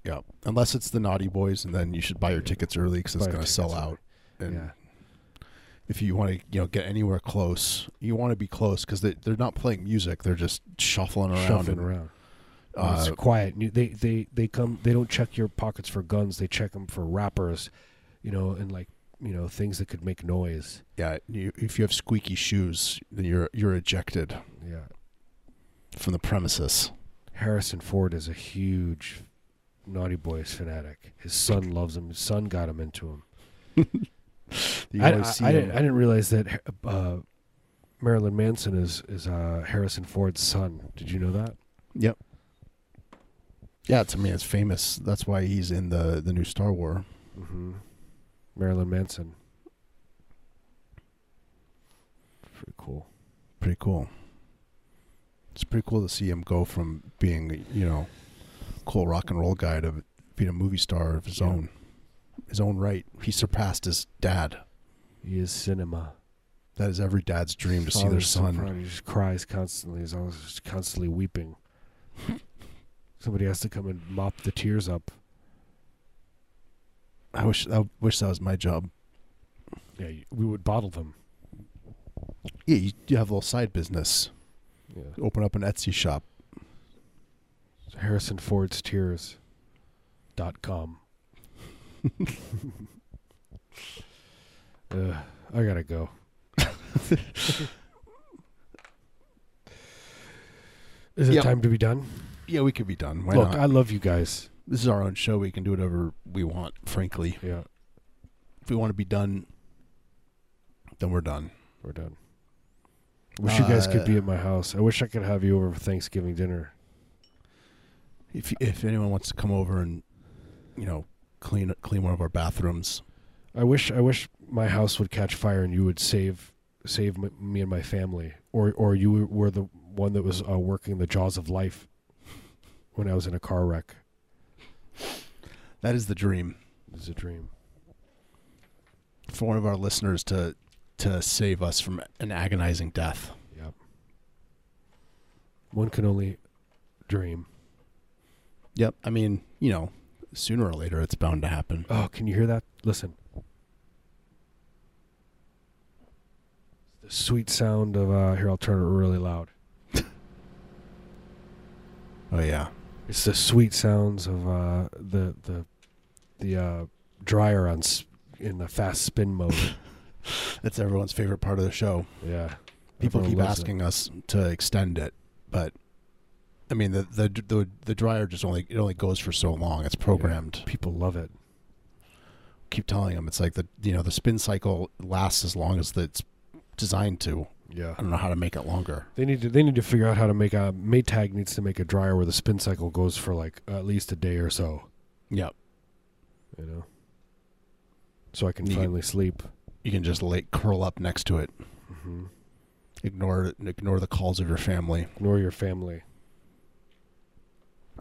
Speaker 2: Yeah, unless it's the naughty boys, and then you should buy your
Speaker 1: Yeah.
Speaker 2: tickets early because it's
Speaker 1: Buy your
Speaker 2: going to sell
Speaker 1: tickets
Speaker 2: out. And
Speaker 1: yeah.
Speaker 2: if you want to, you know, get anywhere close, you want to be close because they they're not playing music; they're just shuffling around.
Speaker 1: shuffling
Speaker 2: and,
Speaker 1: around.
Speaker 2: uh,
Speaker 1: it's quiet. You- They they they come. They don't check your pockets for guns. They check them for wrappers, you know, and like you know things that could make noise.
Speaker 2: yeah, you, if you have squeaky shoes, then you're you're ejected
Speaker 1: Yeah,
Speaker 2: from the premises.
Speaker 1: Harrison Ford is a huge Naughty Boys fanatic. His son loves him. His son got him into him.
Speaker 2: You
Speaker 1: I,
Speaker 2: always
Speaker 1: I-
Speaker 2: see
Speaker 1: I
Speaker 2: them-
Speaker 1: didn't, I didn't realize that uh, Marilyn Manson is is uh, Harrison Ford's son. Did you know that?
Speaker 2: Yep. Yeah, to me, it's famous. That's why he's in the the new Star Wars.
Speaker 1: Mm-hmm. Marilyn Manson. Pretty cool.
Speaker 2: Pretty cool. It's pretty cool to see him go from being, you know, cool rock and roll guy to being a movie star of his
Speaker 1: Yeah.
Speaker 2: own, his own right. He surpassed his dad.
Speaker 1: He is cinema.
Speaker 2: That is every dad's dream to see
Speaker 1: Father
Speaker 2: their
Speaker 1: so
Speaker 2: son.
Speaker 1: proud. He just cries constantly. He's always just constantly weeping. Somebody has to come and mop the tears up.
Speaker 2: I wish I wish that was my job.
Speaker 1: Yeah, you- we would bottle them.
Speaker 2: Yeah, you, you have a little side business.
Speaker 1: Yeah.
Speaker 2: Open up an Etsy shop.
Speaker 1: Harrison Ford's tears. Dot com. Ugh, I gotta go. Is it
Speaker 2: Yep.
Speaker 1: time to be done?
Speaker 2: Yeah, we could be done. Why
Speaker 1: Look,
Speaker 2: not?
Speaker 1: I love you guys.
Speaker 2: this is our own show. We can do whatever we want. Frankly,
Speaker 1: Yeah,
Speaker 2: if we want to be done, then we're done.
Speaker 1: we're done. I wish you guys could
Speaker 2: Uh,
Speaker 1: be at my house. I wish I could have you over for Thanksgiving dinner.
Speaker 2: If if anyone wants to come over and you know clean clean one of our bathrooms,
Speaker 1: I wish I wish my house would catch fire and you would save save m- me and my family, or or you were the one that was uh, working the jaws of life when I was in a car wreck.
Speaker 2: that is the dream.
Speaker 1: It's a dream.
Speaker 2: for one of our listeners to to save us from an agonizing death.
Speaker 1: Yep. One can only dream.
Speaker 2: Yep. I mean, you know, sooner or later it's bound to happen.
Speaker 1: Oh, can you hear that? Listen. The sweet sound of uh, here. I'll turn it really loud.
Speaker 2: Oh yeah.
Speaker 1: It's the sweet sounds of uh, the the the uh, dryer on sp- in the fast spin mode.
Speaker 2: That's everyone's favorite part of the show.
Speaker 1: yeah,
Speaker 2: People
Speaker 1: Everyone
Speaker 2: keep
Speaker 1: loves it.
Speaker 2: asking us to extend it, but I mean the the the, the dryer just only it only goes for so long. It's programmed.
Speaker 1: People love it.
Speaker 2: Keep telling them it's like the you know the spin cycle lasts as long as it's designed to.
Speaker 1: Yeah,
Speaker 2: I don't know how to make it longer.
Speaker 1: they need to they need to figure out how to make a Maytag needs to make a dryer where the spin cycle goes for like at least a day or so.
Speaker 2: Yep.
Speaker 1: You know, so I can
Speaker 2: You can-
Speaker 1: finally sleep.
Speaker 2: You can just like curl up next to it.
Speaker 1: Mm-hmm.
Speaker 2: Ignore it. Ignore the calls of your family.
Speaker 1: Ignore your family.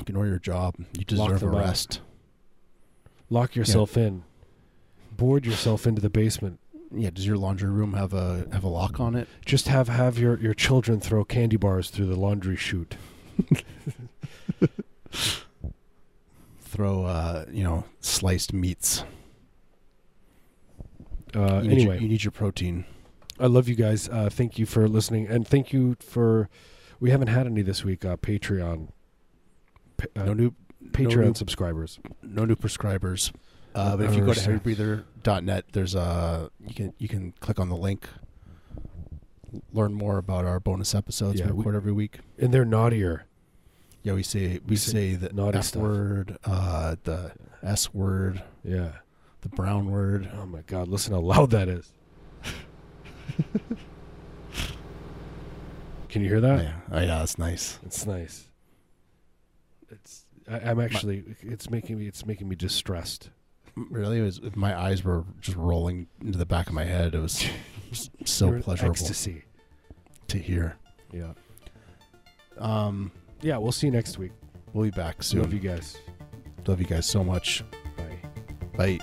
Speaker 2: Ignore your job. You
Speaker 1: Lock
Speaker 2: deserve a
Speaker 1: them up.
Speaker 2: rest.
Speaker 1: Lock yourself in. Board yourself into the basement.
Speaker 2: Yeah. Does your laundry room have a have a lock on it?
Speaker 1: Just have have your your children throw candy bars through the laundry chute.
Speaker 2: Throw uh you know sliced meats.
Speaker 1: Uh,
Speaker 2: you need your,
Speaker 1: anyway,
Speaker 2: you need your protein.
Speaker 1: I love you guys. Uh, thank you for listening, and thank you for. We haven't had any this week. Uh, Patreon, pa- uh,
Speaker 2: no new
Speaker 1: Patreon
Speaker 2: no new-
Speaker 1: subscribers.
Speaker 2: no new prescribers.
Speaker 1: I
Speaker 2: Uh, but if you go to
Speaker 1: understand.
Speaker 2: heavybreather.net, there's a you can you can click on the link. Learn more about our bonus episodes
Speaker 1: Yeah,
Speaker 2: we
Speaker 1: we-
Speaker 2: record every week.
Speaker 1: And they're naughtier.
Speaker 2: Yeah, we say we
Speaker 1: say
Speaker 2: say the
Speaker 1: naughty
Speaker 2: F
Speaker 1: stuff.
Speaker 2: word, uh, the S word,
Speaker 1: Yeah.
Speaker 2: the brown word.
Speaker 1: Oh my God! Listen how loud that is. Can you hear that?
Speaker 2: yeah, oh, yeah, that's nice.
Speaker 1: It's nice. It's. I, I'm actually. It's making me. It's making me distressed.
Speaker 2: Really, it was my eyes were just rolling into the back of my head. It was s- so
Speaker 1: You're in
Speaker 2: pleasurable
Speaker 1: Ecstasy.
Speaker 2: to hear.
Speaker 1: Yeah.
Speaker 2: Um,
Speaker 1: Yeah. We'll see you next week.
Speaker 2: we'll be back soon.
Speaker 1: Love you guys.
Speaker 2: Love you guys so much.
Speaker 1: Bye.
Speaker 2: Bye.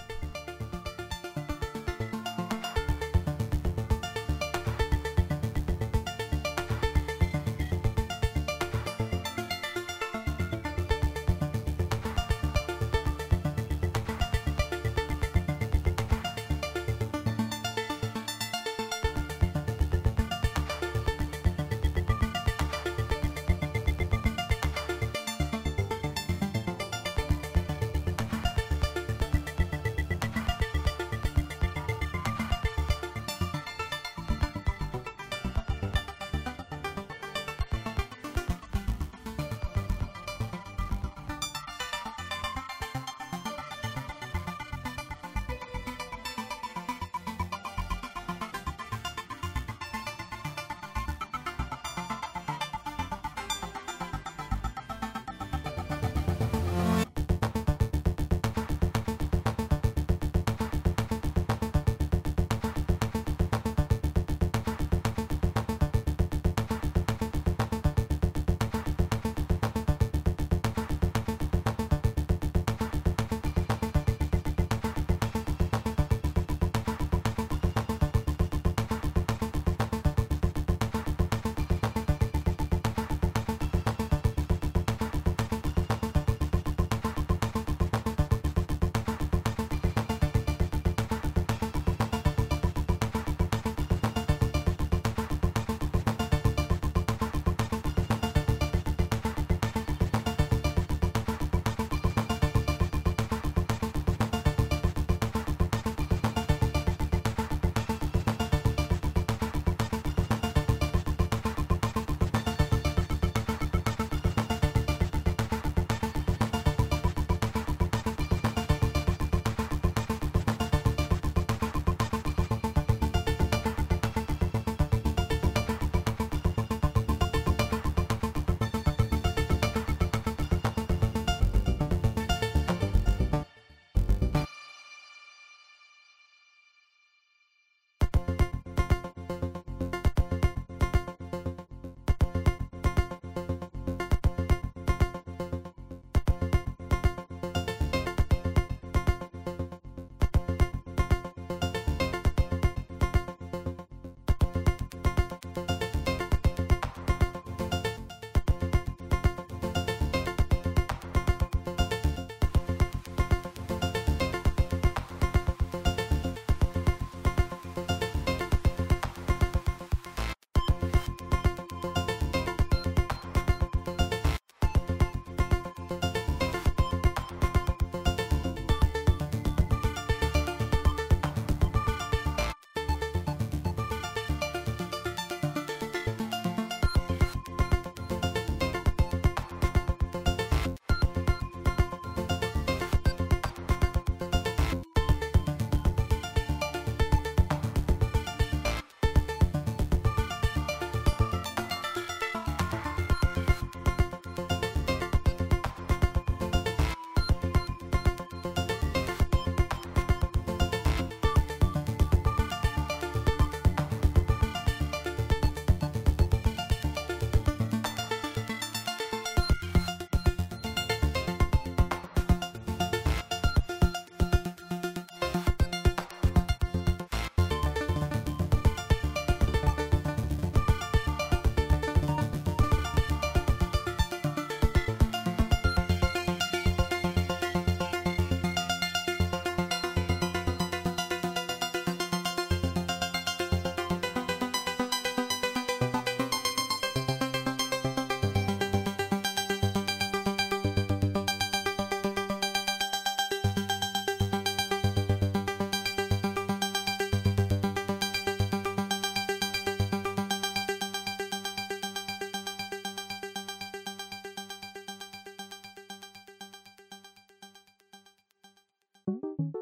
Speaker 1: Bye.